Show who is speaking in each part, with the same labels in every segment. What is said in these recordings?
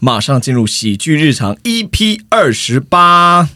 Speaker 1: 马上进入喜剧日常 EP 二十八。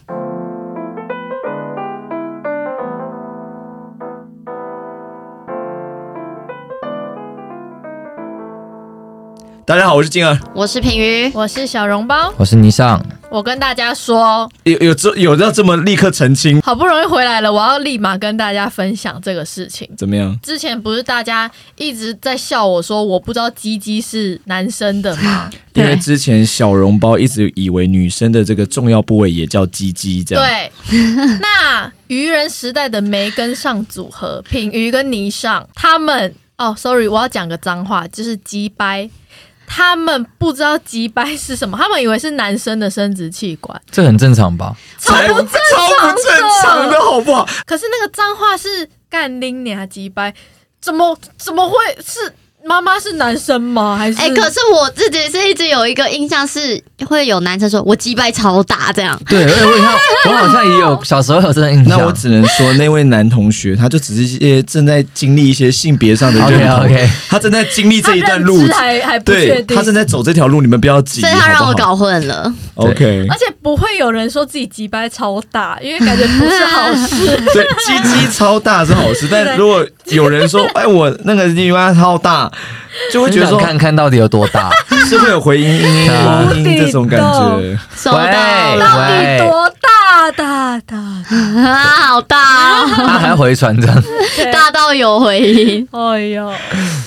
Speaker 1: 大家好，我是静儿。
Speaker 2: 我是平鱼，
Speaker 3: 我是小笼包，
Speaker 4: 我是霓裳，
Speaker 3: 我跟大家说，
Speaker 1: 有有这有要这么立刻澄清？
Speaker 3: 好不容易回来了，我要立马跟大家分享这个事情。
Speaker 1: 怎么样？
Speaker 3: 之前不是大家一直在笑我说我不知道鸡鸡是男生的吗？
Speaker 1: 因为
Speaker 2: 对
Speaker 1: 之前小笼包一直以为女生的这个重要部位也叫鸡鸡， 这样。
Speaker 3: 对， 那愚人时代的梅跟上组合，品鱼跟霓裳，他们哦，sorry，我要讲个脏话，就是鸡掰。他们不知道鸡掰是什么，他们以为是男生的生殖器官，
Speaker 4: 这很正常吧？
Speaker 3: 超
Speaker 1: 才
Speaker 3: 不正
Speaker 1: 超
Speaker 3: 常
Speaker 1: 不
Speaker 3: 的。
Speaker 1: 正常的好不好？
Speaker 3: 可是那个脏话是干拎你啊鸡掰，怎么怎么会是妈妈是男生吗？还是
Speaker 2: 哎、可是我自己是一直有一个印象是会有男生说我鸡掰超大这样，
Speaker 4: 对，我我好像 我好像也有小时候有这个印象。
Speaker 1: 那我只能说，那位男同学他就只是一些正在经历一些性别上的认
Speaker 4: OK
Speaker 1: 同
Speaker 4: OK，
Speaker 1: 他正在经历
Speaker 3: 他
Speaker 1: 这一段
Speaker 3: 认
Speaker 1: 路
Speaker 3: 知，还还不确
Speaker 1: 对
Speaker 3: 定
Speaker 1: 他。正在走这条路，你们不要急，
Speaker 2: 所以他让我
Speaker 1: 好不好
Speaker 2: 搞混了。
Speaker 1: OK。
Speaker 3: 而且不会有人说自己鸡掰超大，因为感觉不是好 事。
Speaker 1: 对，鸡鸡超大是 好事，但
Speaker 3: 对
Speaker 1: 如果有人说，哎，我那个地方超大，就会
Speaker 4: 很
Speaker 1: 觉得
Speaker 4: 想
Speaker 1: 说
Speaker 4: 看看到底有多 大。
Speaker 1: 是会有回音音
Speaker 4: 无
Speaker 1: 音音这种感觉
Speaker 3: 底。
Speaker 2: 收到
Speaker 4: 喂
Speaker 2: 了
Speaker 3: 到底多大？大大大！
Speaker 2: 啊， 好大、 哦，
Speaker 4: 他还回传这样，
Speaker 2: 大到有回音。
Speaker 3: 哎呦，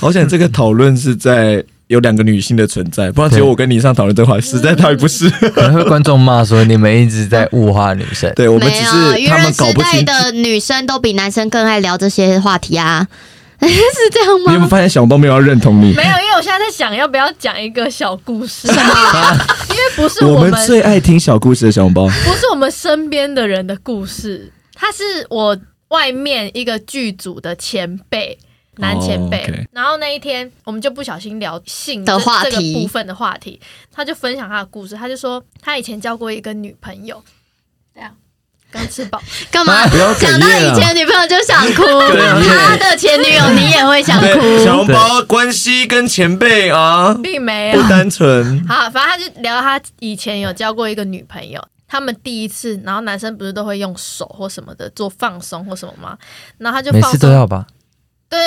Speaker 1: 好想这个讨论是在有两个女性的存在，不然只有我跟你上讨论这话，实在太不 是。
Speaker 4: 可能会观众骂说你们一直在物化女生。
Speaker 1: 对我们
Speaker 2: 没
Speaker 1: 只
Speaker 2: 有，
Speaker 1: 是
Speaker 2: 愚
Speaker 1: 他
Speaker 2: 人
Speaker 1: 们
Speaker 2: 时
Speaker 1: 搞不
Speaker 2: 代
Speaker 1: 清。
Speaker 2: 的女生都比男生更爱聊这些话题啊， 是这样
Speaker 1: 你有没有
Speaker 2: 吗？
Speaker 1: 发现小包没有要认同你？
Speaker 3: 没有，因为我现在在想要不要讲一个小 故事，因为不是
Speaker 1: 我
Speaker 3: 们
Speaker 1: 们最爱听小故事的小包，
Speaker 3: 不是我们身边的人的故事，他是我外面一个剧组的前辈。男前辈
Speaker 1: 哦，OK
Speaker 3: 然后那一天我们就不小心聊性
Speaker 2: 的
Speaker 3: 这
Speaker 2: 话
Speaker 3: 这个
Speaker 2: 题
Speaker 3: 部分的话题，他就分享他的故事，他就说他以前交过一个女朋友，这样刚吃 饱，
Speaker 2: 干嘛
Speaker 4: 啊
Speaker 1: 哎不要哽
Speaker 2: 讲到
Speaker 1: 咽
Speaker 2: 以
Speaker 1: 啊！
Speaker 2: 前女朋友就想哭，
Speaker 1: 对
Speaker 2: 他的前女友你也会想哭，
Speaker 1: 对， 小包关系跟前辈啊
Speaker 3: 并没有
Speaker 1: 不单 纯，
Speaker 3: 好，反正他就聊他以前有交过一个女朋友，他们第一次，然后男生不是都会用手或什么的做放松或什么吗？然后他就
Speaker 4: 每
Speaker 3: 放
Speaker 4: 次
Speaker 3: 松
Speaker 4: 都要吧？
Speaker 3: 对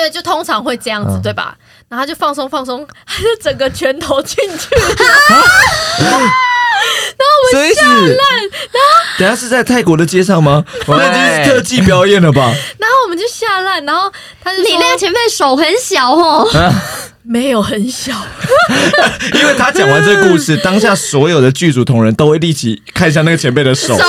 Speaker 3: 对，就通常会这样子，
Speaker 4: 嗯
Speaker 3: 对吧？然后他就放松放松， 他就整个拳头进去，
Speaker 4: 所以是
Speaker 1: 等一下是在泰国的街上吗？那已经是特技表演了吧？
Speaker 3: 然后我们就吓烂，然后他就说
Speaker 2: 你那个前辈手很小哦，
Speaker 4: 啊
Speaker 3: 没有很小，
Speaker 1: 因为他讲完这个故事，当下所有的剧组同仁都会立即看向那个前辈的手，所以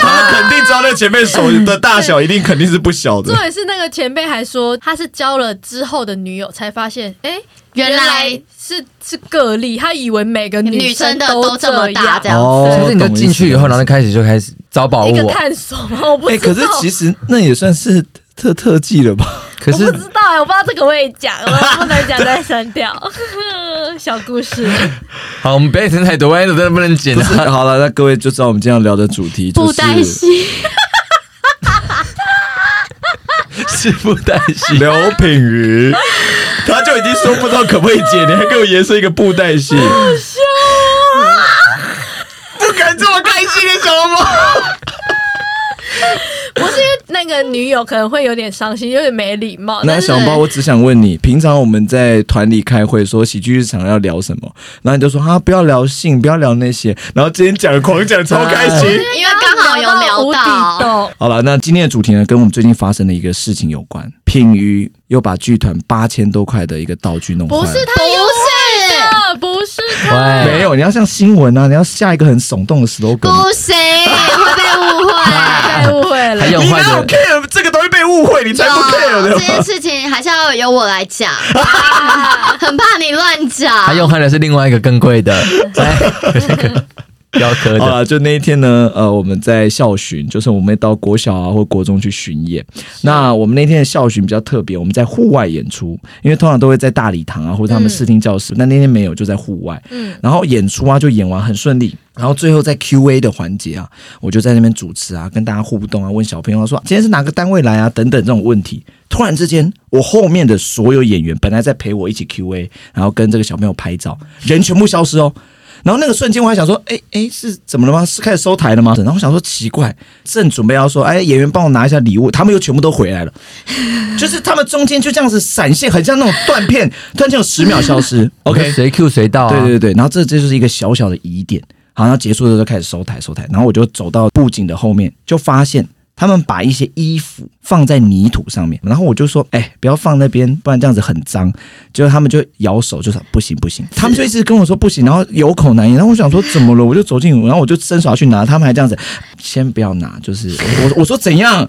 Speaker 1: 他肯定知道那个前辈手的大小一定肯定是不小的
Speaker 3: 重。点是那个前辈还说他是交了之后的女友才发现，哎，
Speaker 2: 原来
Speaker 3: 来是是个例，他以为每个
Speaker 2: 女生
Speaker 3: 生
Speaker 2: 的
Speaker 3: 都
Speaker 2: 都这么大这
Speaker 3: 样
Speaker 2: 样
Speaker 1: 哦
Speaker 4: 所以你就进去以后，然后就开始就开始找宝
Speaker 3: 一
Speaker 4: 物
Speaker 3: 个
Speaker 4: 哦。
Speaker 3: 探索吗？我不
Speaker 1: 哎、
Speaker 3: 知
Speaker 1: 可
Speaker 3: 道，
Speaker 1: 是其实那也算是特特技了吧？
Speaker 4: 可
Speaker 3: 我
Speaker 4: 是
Speaker 3: 不知道、我不知道这个会讲，我不能讲再删掉 小故事。
Speaker 4: 好，我们不要听太多，万一真的 不能剪
Speaker 1: 不是，
Speaker 4: 啊。
Speaker 1: 好了，那各位就知道我们今天要聊的主题就
Speaker 2: 布
Speaker 1: 是
Speaker 2: 袋戏。
Speaker 4: 是不担 心。
Speaker 1: 刘品瑜，他就已经说不知道可不可以解，你还给我延伸一个布袋戏，好笑、不敢这么开心的小猫。
Speaker 3: 不是因为那个女友可能会有点伤心，有点没礼貌。
Speaker 1: 那
Speaker 3: 但是
Speaker 1: 小包，我只想问你，平常我们在团里开会说喜剧日常要聊什么，然后你就说啊，不要聊性，不要聊那些，然后今天讲狂讲超开心。
Speaker 2: 因为刚好有聊
Speaker 3: 无
Speaker 2: 到
Speaker 3: 底洞，
Speaker 1: 好了，那今天的主题呢，跟我们最近发生的一个事情有关。品鱼又把剧团八千多块的一个道具弄坏了，
Speaker 3: 不是
Speaker 2: 不
Speaker 3: 他
Speaker 2: 是，
Speaker 3: 的，不是他。
Speaker 1: 没
Speaker 4: 喂，
Speaker 1: 有，你要像新闻啊，你要下一个很耸动的 slogan 啊。
Speaker 2: 不行，会被误会。
Speaker 3: 太误会了
Speaker 4: 还，有
Speaker 1: 你哪
Speaker 4: 坏
Speaker 1: 有
Speaker 4: 的
Speaker 1: care 这个东西被误会，你才不 care
Speaker 2: 有啊
Speaker 1: 的
Speaker 2: 这。件事情还是要由我 来讲，很怕你乱
Speaker 4: 他
Speaker 2: 讲。
Speaker 4: 用坏的是另外一个更 贵的，来，雕刻
Speaker 1: 好啊
Speaker 4: 的。
Speaker 1: 了，就那一天呢，呃，我们在校巡，就是我们到国小啊或国中去巡演。那我们那天的校巡比较特别，我们在户外演出，因为通常都会在大礼堂啊或者他们视听教室，但那天没有，就在户外。
Speaker 3: 嗯，
Speaker 1: 然后演出啊就演完很顺利，然后最后在 Q&A 的环节啊，我就在那边主持啊，跟大家互动啊，问小朋友啊说今天是哪个单位来啊等等这种问题。突然之间，我后面的所有演员本来在陪我一起 Q&A，然后跟这个小朋友拍照，人全部消失哦。然后那个瞬间我还想说，哎哎是怎么了吗？是开始收台了吗？然后我想说奇怪，正准备要说，哎演员帮我拿一下礼物，他们又全部都回来了，就是他们中间就这样子闪现，很像那种断片，突然间有十秒消失。OK，
Speaker 4: 谁 Q 谁到啊？
Speaker 1: 对对对，然后这这就是一个小小的疑点。好，然后结束的时候就开始收台收台，然后我就走到布景的后面，就发现他们把一些衣服放在泥土上面，然后我就说：“哎、不要放那边，不然这样子很脏。”结果他们就摇手，就说：“不行不行。”他们就一直跟我说不行，然后有口难言。然后我想说怎么了？我就走进，然后我就伸手要去拿，他们还这样子，先不要拿，就是我我我说怎样？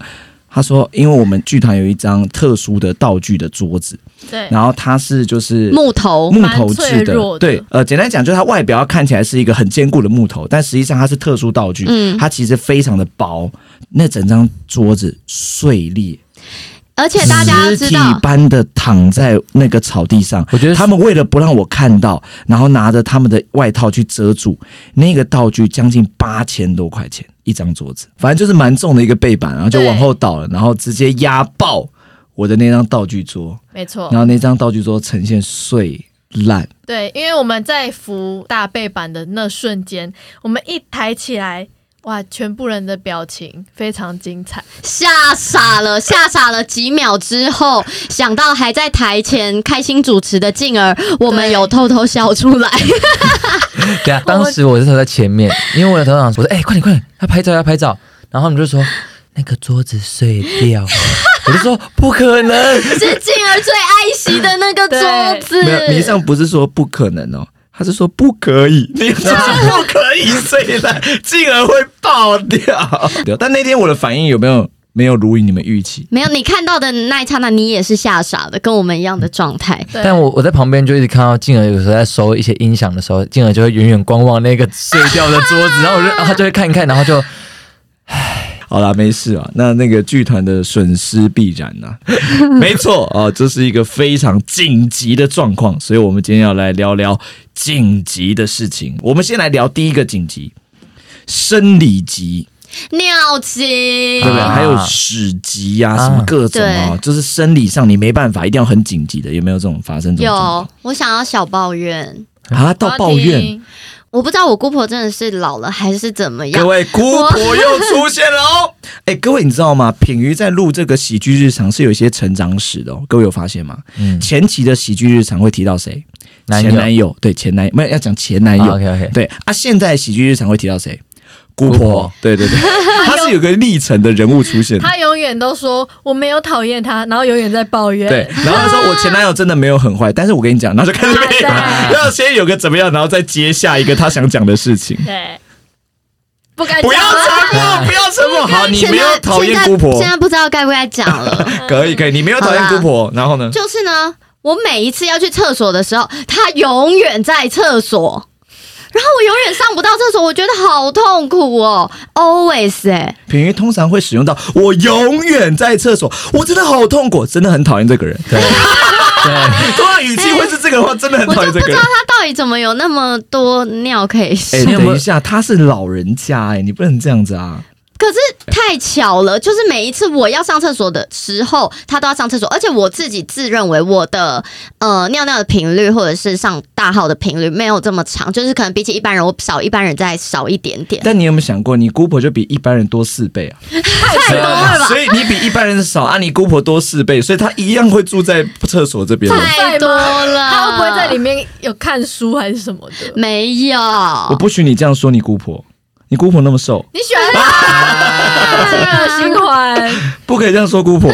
Speaker 1: 他说：“因为我们剧团有一张特殊的道具的桌子，
Speaker 3: 对，
Speaker 1: 然后它是就是
Speaker 2: 木头
Speaker 1: 木头制
Speaker 3: 蛮脆弱的
Speaker 1: 对，呃，简单讲就是它外表看起来是一个很坚固的木头，但实际上它是特殊道具，
Speaker 2: 嗯
Speaker 1: 它其实非常的薄，那整张桌子碎裂，
Speaker 2: 而且大家要
Speaker 1: 尸
Speaker 2: 知
Speaker 1: 体
Speaker 2: 道，
Speaker 1: 般的躺在那个草地上。
Speaker 4: 我觉得
Speaker 1: 他们为了不让我看到，然后拿着他们的外套去遮住那个道具，将近八千多块钱一张桌子，反正就是蛮重的一个背板，然后就
Speaker 3: 对
Speaker 1: 往后倒了，然后直接压爆我的那张道具桌。
Speaker 3: 没错
Speaker 1: 然，后那张道具桌呈现碎烂，
Speaker 3: 对，因为我们在扶大背板的那瞬间，我们一抬起来，哇，全部人的表情非常精彩，
Speaker 2: 吓傻了，吓傻了。几秒之后，想到还在台前开心主持的静儿，我们
Speaker 3: 对
Speaker 2: 有偷偷笑 出来。
Speaker 4: 对啊，当时我是走在前面，因为我的头长说：“哎、快点快点，要拍照要拍 照。”然后他们就说：“那个桌子碎掉了。” 我就说：“不可 能，
Speaker 2: 是静儿最爱惜的那个桌子。
Speaker 1: 没有，迷上不是说不可能哦，他是说不可以，你说不可以碎烂，进而会爆掉。对，啊但那天我的反应有没有没有如你们预期？
Speaker 2: 没有，你看到的那一刹那，你也是吓傻的，跟我们一样的状态。
Speaker 3: 对，
Speaker 4: 但我我在旁边就一直看到静儿有时候在收一些音响的时候，静儿就会远远观望那个碎掉的桌子，然后我就然后她就会看一看，然后 就
Speaker 1: 好啦，没事啊，那那个剧团的损失必然呐、没错哦，这是一个非常紧急的状况，所以我们今天要来聊聊紧急的事情。我们先来聊第一个紧急，生理急。
Speaker 2: 尿急，
Speaker 1: 对不对？
Speaker 4: 啊
Speaker 1: 还有屎急呀、
Speaker 4: 啊
Speaker 1: 什么各种啊，
Speaker 2: 对
Speaker 1: 就是生理上你没办法，一定要很紧急的，有没有这种发生这种状况？
Speaker 2: 有，我想要小抱怨。
Speaker 1: 啊，到抱怨。
Speaker 3: 停，
Speaker 2: 我不知道我姑婆真的是老了还是怎么
Speaker 1: 各
Speaker 2: 样。
Speaker 1: 位姑婆又出现了哦！哎，各位你知道吗？品瑜在录这个喜剧日常是有一些成长史的哦，各位有发现吗？
Speaker 4: 嗯，
Speaker 1: 前期的喜剧日常会提到谁？
Speaker 4: 男友
Speaker 1: 前男友，对前男友，没有要讲前男友，
Speaker 4: OK OK，
Speaker 1: 对啊。现在喜剧日常会提到谁？姑
Speaker 4: 姑
Speaker 1: 婆
Speaker 4: 婆，
Speaker 1: 对对对，他是有个历程的人物出现的。
Speaker 3: 他永远都说我没有讨厌他，然后永远在抱怨，
Speaker 1: 对，然后他说我前男友真的没有很坏，但是我跟你讲，然后就开始被
Speaker 3: 对。
Speaker 1: 要先有个怎么样，然后再接下一个他想讲的事情
Speaker 3: 对，不敢
Speaker 1: 不要
Speaker 3: 讲啊
Speaker 1: 沉
Speaker 3: 了
Speaker 1: 默，不要沉默，好，你
Speaker 2: 现
Speaker 1: 没
Speaker 2: 在
Speaker 1: 有讨厌
Speaker 2: 现在
Speaker 1: 姑婆
Speaker 2: 现，在不知道该不该讲了。
Speaker 1: 可以可以，你没有讨厌
Speaker 2: 好啦
Speaker 1: 姑婆，然后呢？
Speaker 2: 就是呢，我每一次要去厕所的时候，她永远在厕所，然后我永远上不到厕所，我觉得好痛苦哦，always 哎、
Speaker 1: 品瑜通常会使用到我永远在厕所，我真的好痛苦，真的很讨厌这个人。
Speaker 4: 对对，
Speaker 1: 通常语气会是这个的话，真的很
Speaker 2: 我
Speaker 1: 讨
Speaker 2: 就
Speaker 1: 厌
Speaker 2: 不
Speaker 1: 这个
Speaker 2: 知道
Speaker 1: 人。
Speaker 2: 她到底怎么有那么多尿可以
Speaker 1: 哎，
Speaker 2: 上。
Speaker 1: 等一下，他是老人家哎，你不能这样子啊！
Speaker 2: 可是太巧了，就是每一次我要上厕所的时候，他都要上厕所，而且我自己自认为我的呃尿尿的频率或者是上大号的频率没有这么长，就是可能比起一般人我少一般人再少一点 点。
Speaker 1: 但你有没有想过，你姑婆就比一般人多四倍啊？啊
Speaker 2: 太多了吧？
Speaker 1: 所以你比一般人少啊，你姑婆多四倍，所以她一样会住在厕所这边。
Speaker 2: 太多了，
Speaker 3: 他会不会在里？面有看书还是什么的？
Speaker 2: 没有，
Speaker 1: 我不许你这样说你姑婆，你姑婆那么瘦，
Speaker 3: 你喜 欢他，这个循环。
Speaker 1: 不可以这样说姑婆。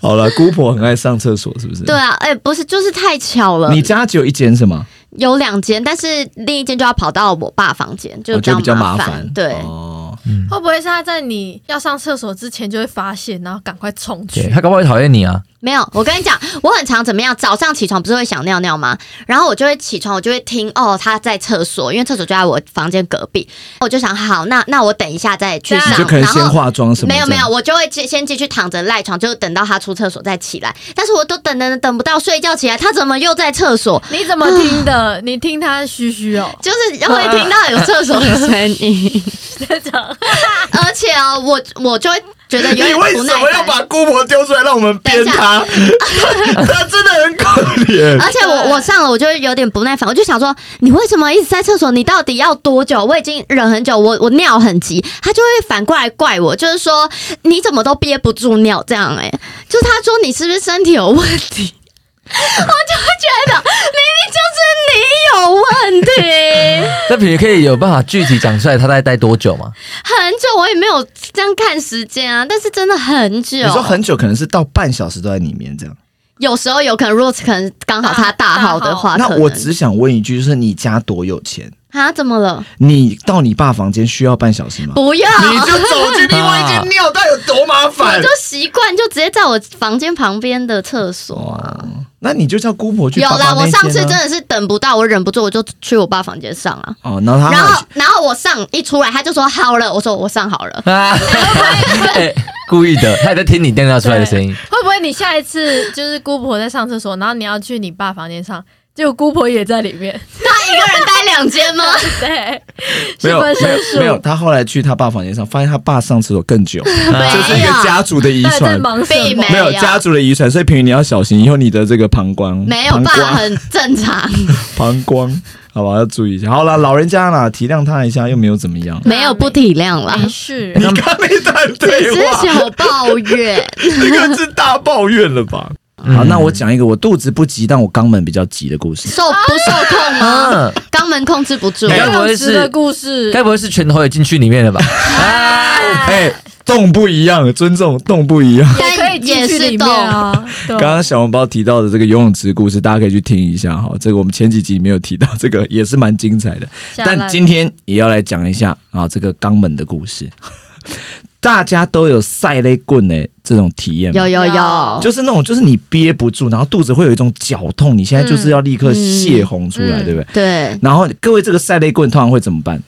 Speaker 1: 好了，姑婆很爱上厕所，是不是？
Speaker 2: 对。啊，哎、不是，就是太巧了。
Speaker 1: 你家只有一间是吗？
Speaker 2: 有两间，但是另一间就要跑到我爸房间，就
Speaker 1: 我觉得
Speaker 2: 比
Speaker 1: 哦比较麻
Speaker 2: 麻烦
Speaker 1: 烦。。
Speaker 2: 对，
Speaker 1: 哦，
Speaker 3: 会不会是他在你要上厕所之前就会发现，然后赶快冲
Speaker 4: 对
Speaker 3: 去？
Speaker 4: 他搞不好会讨厌你啊，
Speaker 2: 没有，我跟你讲，我很常怎么样？早上起床不是会想尿尿吗？然后我就会起床，我就会听哦，他在厕所，因为厕所就在我房间隔壁。我就想，好，那那我等一下再去上，
Speaker 1: 你就可能
Speaker 2: 啊然
Speaker 1: 先
Speaker 2: 后。
Speaker 1: 化妆什么？
Speaker 2: 没有没有，，我就会先先继续躺着赖床，就等到他出厕所再起来。但是我都等等等不到睡觉起来，他怎么又在厕所？
Speaker 3: 你怎么听的？ 你 听他嘘嘘哦，
Speaker 2: 就是会听到有厕所的声音。
Speaker 3: 这种
Speaker 2: 呃，而且哦，我我就会觉得有
Speaker 1: 你
Speaker 2: 点
Speaker 1: 为
Speaker 2: 不耐
Speaker 1: 什么要
Speaker 2: 烦。
Speaker 1: 把姑婆丢出来让我们编她？她 她真的很可 怜。
Speaker 2: 而且我我上了，我就会有点不耐烦，我就想说，你为什么一直在厕所？你到底要多久？我已经忍很久，我我尿很急，他就会反过来怪我，就是说你怎么都憋不住尿这样、欸？哎，就是他说你是不是身体有问题？ 我就会觉得明明就是你有 问题，
Speaker 4: 那品瑜可以有办法具体讲出来，他大概待多久吗？
Speaker 2: 很久我也没有这样看时间啊，但是真的很久，
Speaker 1: 你说很久，可能是到半小时都在里面这样。
Speaker 2: 有时候有可能，如果可能刚好他大号的话，
Speaker 1: 啊那
Speaker 2: 可
Speaker 1: 我
Speaker 2: 能
Speaker 1: 只想问一句，就是你家多有钱？
Speaker 2: 啊怎么了？
Speaker 1: 你到你爸房间需要半小 时吗？
Speaker 2: 不要，
Speaker 1: 你就走进另外一间尿，它有多麻
Speaker 2: 我
Speaker 1: 烦
Speaker 2: 就？习惯就直接在我房间旁边的厕所啊。
Speaker 1: 那你就叫姑婆去
Speaker 2: 有
Speaker 1: 爸爸那
Speaker 2: 啦，
Speaker 1: 间啊。
Speaker 2: 我上次真的是等不到，我忍不住我就去我爸房间上啊。
Speaker 1: 哦，然后他
Speaker 2: 然后，然后我上一出来，他就说好了，我说我上好了。
Speaker 4: 啊， 哎故意的，他也在听你电尿出来的声音。
Speaker 3: 会不会你下一次就是姑婆在上厕所，然后你要去你爸房间上，结果姑婆也在里 面？
Speaker 2: 他一哎个人待两间吗？
Speaker 3: 对，
Speaker 1: 没
Speaker 3: 是
Speaker 1: 有没
Speaker 3: 分身
Speaker 1: 有
Speaker 3: 术
Speaker 1: 没有，他后来去他爸房间上，发现他爸上厕所更 久， 这是一个家族的遗
Speaker 3: 到底在
Speaker 1: 传。
Speaker 3: 忙什
Speaker 2: 并
Speaker 3: 么？
Speaker 1: 没有
Speaker 2: 没有
Speaker 1: 家族的遗传，所以平宇你要小心，以后你的这个膀胱
Speaker 2: 没有
Speaker 1: 膀
Speaker 2: 爸
Speaker 1: 胱
Speaker 2: 很正常，
Speaker 1: 膀胱，好吧，要注意一下。好了，老人家啦，体谅他一下，又没有怎么样。
Speaker 2: 没有不体谅 啦，
Speaker 3: 没事，
Speaker 1: 你看那段对
Speaker 2: 只是
Speaker 1: 话，
Speaker 2: 小抱怨。
Speaker 1: 这个是大抱怨了吧？ 好，那我讲一个我肚子不急，但我肛门比较急的故 事。
Speaker 2: 受不受控吗？
Speaker 4: 啊，
Speaker 2: 肛门控制不住，
Speaker 4: 没
Speaker 3: 游
Speaker 4: 有
Speaker 3: 泳池的故事，啊
Speaker 4: 该不会是拳头也进去里面了吧？
Speaker 1: 哎，动不一样，尊重动不一样。
Speaker 3: 也可以进去里面啊。对
Speaker 1: 刚刚小红包提到的这个游泳池故事，大家可以去听一下哈。这个我们前几集没有提到，这个也是蛮精彩的。
Speaker 3: 下来
Speaker 1: 但今天也要来讲一下啊，这个肛门的故事。 大家都有塞肋棍的这种体验吗，
Speaker 2: 有有有
Speaker 3: 有，
Speaker 1: 就是那种就是你憋不住，然后肚子会有一种绞痛，你现在就是要立刻泄洪出来，
Speaker 3: 嗯
Speaker 1: 对不对？
Speaker 2: 对，
Speaker 1: 然后各位这个塞肋棍通常会怎么办？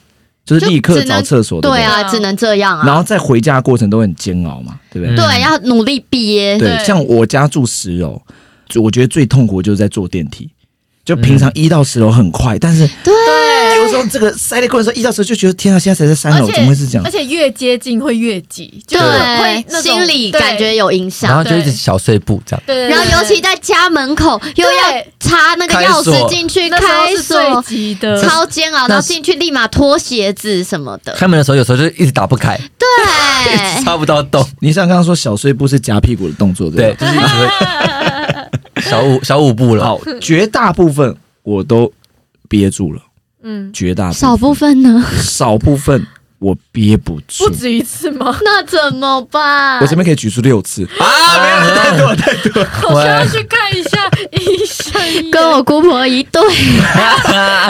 Speaker 1: 就是立刻
Speaker 2: 就只能
Speaker 1: 找厕所，对不
Speaker 2: 对
Speaker 1: 对？
Speaker 2: 啊，只能这样
Speaker 1: 然
Speaker 2: 啊，
Speaker 1: 后在回家的过程都很煎熬嘛，对不对？
Speaker 4: 嗯
Speaker 2: 对，要努力憋，
Speaker 1: 对，
Speaker 3: 对
Speaker 1: 像我家住十楼，就我觉得最痛苦的就是在坐电梯。就平常一到十楼很快，但是
Speaker 2: 对，
Speaker 1: 有时候这个塞在过的时候，一到十楼就觉得天啊，现在才在三
Speaker 3: 而
Speaker 1: 楼，
Speaker 3: 且
Speaker 1: 怎么会是这样
Speaker 3: 而？且越接近会越急，就是会那
Speaker 2: 对，
Speaker 3: 种
Speaker 2: 心理感觉。有影
Speaker 4: 然后
Speaker 2: 响。
Speaker 4: 就一直小碎步这样。
Speaker 3: 对对，对
Speaker 2: 然后尤其在家门口又要插那个钥
Speaker 4: 开锁
Speaker 2: 匙进去
Speaker 3: 那时候
Speaker 2: 开
Speaker 3: 是最
Speaker 2: 锁，
Speaker 3: 急的，
Speaker 2: 超煎熬，然后进去立马脱鞋子什么的，
Speaker 4: 开门的时候有时候就一直打不开，。
Speaker 2: 对
Speaker 4: 插不到洞，
Speaker 1: 你像刚刚说小碎步是夹屁股的动作，对
Speaker 4: 对，
Speaker 1: 吧？
Speaker 4: 就是一直会小舞小舞步了。
Speaker 1: 好，绝大部分我都憋住了，
Speaker 3: 嗯，
Speaker 1: 绝大部分
Speaker 2: 少部分呢？
Speaker 1: 少部分我憋不住
Speaker 3: 不。止一次吗？
Speaker 2: 那怎么办
Speaker 1: 我？前面可以举出六次啊，没有了太多了太多了。
Speaker 3: 我需要去看一下医生，
Speaker 2: 跟 我姑婆一对，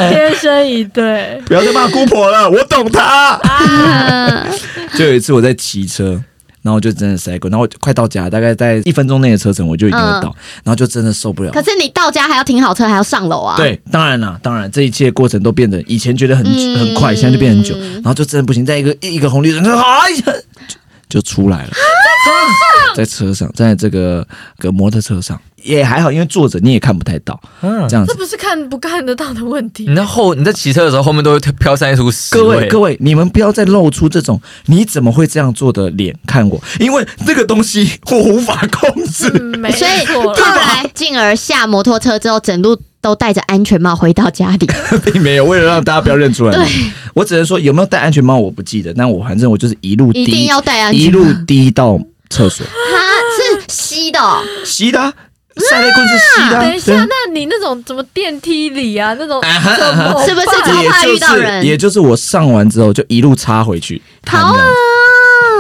Speaker 3: 天生一对。
Speaker 1: 不要再骂姑婆了，我懂她。
Speaker 2: 啊
Speaker 1: 就有一次我在骑车，然后我就真的塞过，然后我快到家，大概在一分钟内的车程我就已经会到，然后就真的受不了。
Speaker 2: 嗯可是你到家还要停好车，还要上楼啊。
Speaker 1: 对，当然啦，当然，这一切过程都变得以前觉得很、
Speaker 2: 嗯
Speaker 1: 很快，现在就变很久，然后就真的不行，在一个一个红绿灯，哎呀，就就出来了，
Speaker 2: 啊
Speaker 1: 在车上，在这个个摩托车上也还好，因为坐着你也看不太到，
Speaker 4: 嗯
Speaker 1: 这样
Speaker 3: 这
Speaker 1: 子。
Speaker 3: 不是看不看得到的问题
Speaker 1: 嗯
Speaker 4: 你，在后你在骑车的时候，后面都会飘散一出屎
Speaker 1: 各位
Speaker 4: 味
Speaker 1: 各位，你们不要再露出这种你怎么会这样做的脸看我，因为这个东西 我无法控制。
Speaker 3: 嗯没
Speaker 2: 所以
Speaker 3: 错
Speaker 2: 后来进而下摩托车之后，整路都戴着安全帽回到家里。
Speaker 1: 并没有，为了让大家不要认出来。我只能说有没有戴安全帽我不记得，但我反正我就是一路滴，
Speaker 2: 一定要戴安全帽
Speaker 1: 一路滴到厕所，
Speaker 2: 它是吸的哦、
Speaker 1: 吸的、啊， 塞雷棍是吸的、啊。
Speaker 3: 等
Speaker 1: 对
Speaker 3: 一下
Speaker 1: 啊，
Speaker 3: 那你那种怎么电梯里啊，那种
Speaker 1: 啊哈啊哈
Speaker 3: 怎么
Speaker 2: 是不是
Speaker 3: 办
Speaker 2: 超怕
Speaker 1: 也
Speaker 2: 遇到
Speaker 1: 就是
Speaker 2: 人
Speaker 1: 也就是我上完之后就一路插回去，
Speaker 2: 好
Speaker 1: 弹这样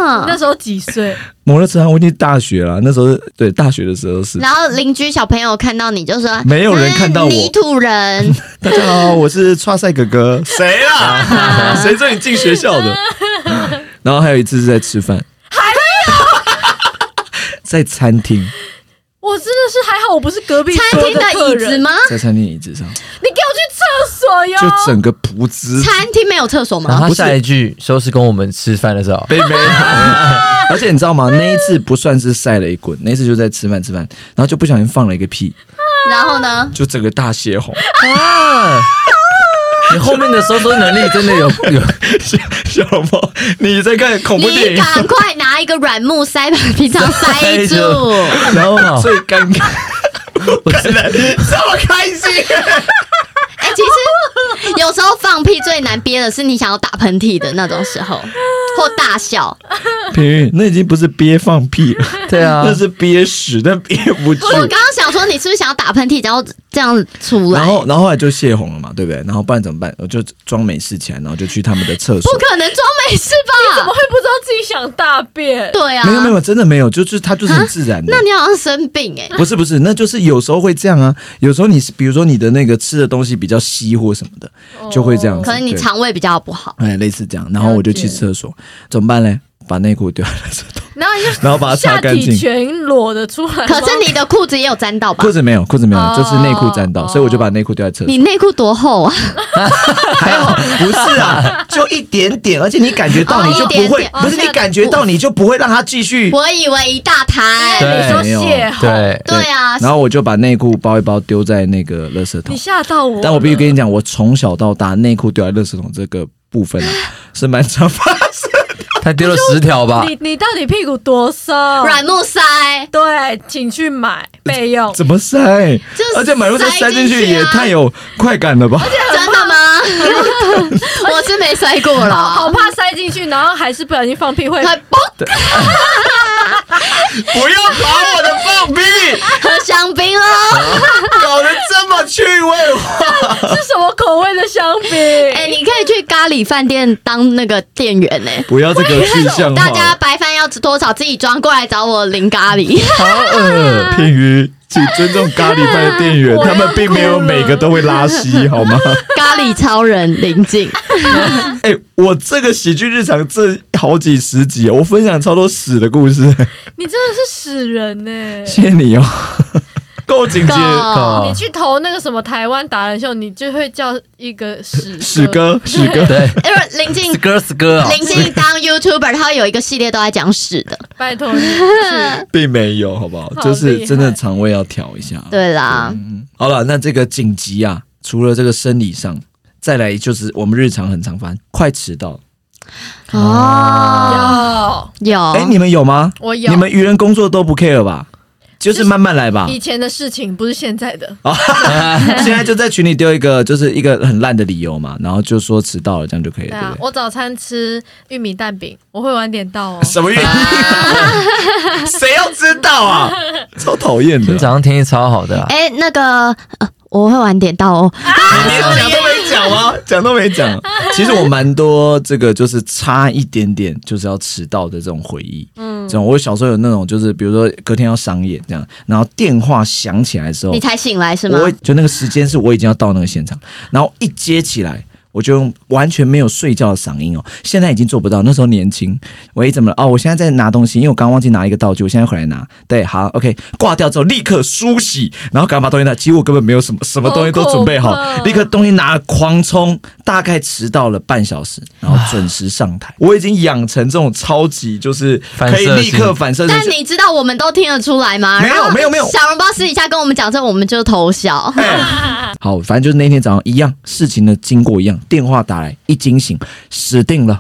Speaker 2: 啊！
Speaker 3: 那时候几岁？
Speaker 1: 摩托车啊我已经大学了，那时候是对大学的时候是。
Speaker 2: 然后邻居小朋友看到你就说：“
Speaker 1: 没有人看到我
Speaker 2: 嗯泥 土人。
Speaker 1: 大家好，我是叉赛哥哥。谁啦？谁叫你进学校的？然后还有一次是在吃饭，还有在餐厅，
Speaker 3: 我真的是还好，我不是隔壁”
Speaker 2: 餐厅
Speaker 3: 桌
Speaker 2: 的
Speaker 3: 客
Speaker 2: 椅子
Speaker 3: 人
Speaker 2: 吗？
Speaker 1: 在餐厅椅子上，
Speaker 3: 你给我去厕所哟！
Speaker 1: 就整个噗呲
Speaker 2: 餐厅没有厕所
Speaker 4: 然
Speaker 1: 啊
Speaker 2: 吗？
Speaker 4: 后他下一句收拾跟我们吃饭 的时候，
Speaker 1: 被没有。而且你知道吗？那一次不算是晒了一滚，那一次就在吃饭吃饭，然后就不小心放了一个屁，
Speaker 2: 然后呢？
Speaker 1: 就整个大泄洪。
Speaker 4: 啊，你后面的收缩能力真的有有，
Speaker 1: 小小笼包，你在看恐怖电
Speaker 2: 你
Speaker 1: 影，
Speaker 2: 赶快拿一个软木塞把平 常塞住，
Speaker 4: 然后好
Speaker 1: 最尴 尬。不可能 这么开心，
Speaker 2: 哎、其实有时候放屁最难憋的是你想要打喷嚏的那种时 候，或大笑。
Speaker 1: 平云， 那已经不是憋放屁了，
Speaker 4: 对啊
Speaker 1: 那，是憋屎，但憋不住
Speaker 2: 我。刚刚想说，你是不是想要打喷嚏，然后这样出来
Speaker 1: 然？后，然后后来就泄洪了嘛，对不对？然后不然怎么办？我就装没事起来，然后就去他们的厕所
Speaker 2: 不。可能装没事
Speaker 3: 怎么
Speaker 2: 吧？
Speaker 3: 会不知道自己想大 便？
Speaker 2: 对啊，
Speaker 1: 没有没有，真的没有，就是他就是很自然的
Speaker 2: 那。你好像生病哎、
Speaker 1: 不是不是，那就是有时候会这样啊。有时候你是比如说你的那个吃的东西比较稀或什么的，就会这样子。
Speaker 2: 哦可能你
Speaker 1: 对
Speaker 2: 肠胃比较不好。
Speaker 1: 哎，类似这样。然后我就去厕所，怎么办嘞？把内裤丢在垃圾桶，
Speaker 3: 然后你就
Speaker 1: 然后把它擦
Speaker 3: 下
Speaker 1: 干
Speaker 3: 体
Speaker 1: 净。
Speaker 3: 全裸的出来。
Speaker 2: 可是你的裤子也有沾到 吧
Speaker 1: 裤？子没有，裤子没有，
Speaker 3: 哦
Speaker 1: 就是内裤沾到，所以我就把内裤丢在厕所
Speaker 2: 你。内裤多厚啊？
Speaker 1: 还 好，不是啊，就一点点，而且你感觉到
Speaker 2: 哦
Speaker 1: 你就
Speaker 2: 一
Speaker 1: 不
Speaker 2: 点
Speaker 1: 会
Speaker 2: 点，
Speaker 3: 哦
Speaker 1: 不是
Speaker 3: 吓
Speaker 1: 你感觉到你就不会让它继续。
Speaker 2: 我以为一大
Speaker 3: 因
Speaker 2: 滩。
Speaker 3: 为你说
Speaker 4: 对
Speaker 3: 泄洪，
Speaker 4: 对，
Speaker 2: 对啊，
Speaker 1: 然后我就把内裤包一包丢在那个垃圾桶
Speaker 3: 你。吓到我了。
Speaker 1: 但我必须跟你讲，我从小到大内裤丢在垃圾桶这个部分 啊，是蛮常发生。
Speaker 4: 他丢了十条
Speaker 1: 啊
Speaker 4: 吧？
Speaker 3: 你你到底屁股多瘦？
Speaker 2: 软木塞，
Speaker 3: 对，请去买备 用。
Speaker 1: 怎么塞
Speaker 2: 就是？
Speaker 1: 而且买入车塞进去也太有快感了吧？
Speaker 2: 真的吗？我是没塞过
Speaker 3: 好
Speaker 2: 了，
Speaker 3: 怕塞进去，然后还是不小心放屁 会
Speaker 2: 快嘣
Speaker 1: 不要把我的放屁
Speaker 2: 喝香槟喽！
Speaker 1: 搞得这么趣味化。
Speaker 3: 是什么口味的香槟？
Speaker 2: 哎，你可以去咖喱饭店当那个店员呢。
Speaker 1: 不要这个具象
Speaker 2: 大
Speaker 1: 化。
Speaker 2: 家白饭要吃多少，自己装过来找我淋咖喱。
Speaker 4: 好恶，
Speaker 1: 品鱼，请尊重咖喱饭的店员，
Speaker 3: 我要
Speaker 1: 他们并没有每个都会拉稀，好吗？
Speaker 2: 咖喱超人林静，
Speaker 1: 哎、我这个喜剧日常这好几十集，我分享超多屎的故事，
Speaker 3: 你真的是死人呢、 哦
Speaker 1: 谢谢你哦，够警戒。
Speaker 2: 够
Speaker 3: 你去投那个什么台湾达人秀，你就会叫一个屎
Speaker 1: 屎哥，屎哥，
Speaker 4: 对，
Speaker 2: 因为林静
Speaker 4: 是哥是哥啊，
Speaker 2: 林静当 YouTuber，他有一个系列都在讲屎的。
Speaker 3: 拜托 你去。
Speaker 1: 并没有，好不好？
Speaker 3: 好
Speaker 1: 就是
Speaker 3: 厉
Speaker 1: 真的
Speaker 3: 害
Speaker 1: 肠胃要调一下。，
Speaker 2: 对啦，
Speaker 1: 好了，那这个紧急啊，除了这个生理上，再来就是我们日常很常发生，快迟到。啊
Speaker 2: 哦，
Speaker 3: 哦，
Speaker 2: 有，
Speaker 1: 哎、你们有吗？
Speaker 3: 我有
Speaker 1: 你们愚人工作都不 care 吧？就是慢慢来吧。
Speaker 3: 以前的事情不是现在的，
Speaker 1: 啊 现在就在群里丢一个，就是一个很烂的理由嘛，然后就说迟到了，这样就可以
Speaker 3: 对
Speaker 1: 了，
Speaker 3: 啊
Speaker 1: 对，不
Speaker 3: 我早餐吃玉米蛋饼，我会晚点到哦
Speaker 1: 对？。什么原因？ 谁要知道啊？超讨厌的
Speaker 4: 你，早上天气超好的啊，
Speaker 2: 哎、那个、呃我会晚点到哦。
Speaker 1: 连啊讲都没讲吗？讲都没讲。啊其实我蛮多这个就是差一点点就是要迟到的这种回忆。嗯，这种我小时候有那种就是比如说隔天要商演这样，然后电话响起来的时候
Speaker 2: 你，才醒来是吗？
Speaker 1: 哦我就那个时间是我已经要到那个现场，然后一接起来。我就用完全没有睡觉的嗓音哦，现在已经做不到。那时候年轻，我一怎么了哦？我现在在拿东西，因为我刚忘记拿一个道具，我现在回来拿。对，好，OK，挂掉之后立刻梳洗，然后赶快把东西拿。其实我根本没有什么什么东西都准备好
Speaker 3: 好恐怖，哦
Speaker 1: 立刻东西拿了狂冲，大概迟到了半小时，然后准时上台。我已经养成这种超级就是
Speaker 4: 反射
Speaker 1: 可以立刻
Speaker 4: 性
Speaker 1: 反射性
Speaker 2: 但你知道我们都听得出来吗？
Speaker 1: 没有
Speaker 2: 然后
Speaker 1: 没有没有哎
Speaker 2: 小笼包私底下跟我们讲这，我们就偷笑。
Speaker 1: 好，反正就是那天早上一样，事情的经过一样，电话打来，一惊醒，死定了。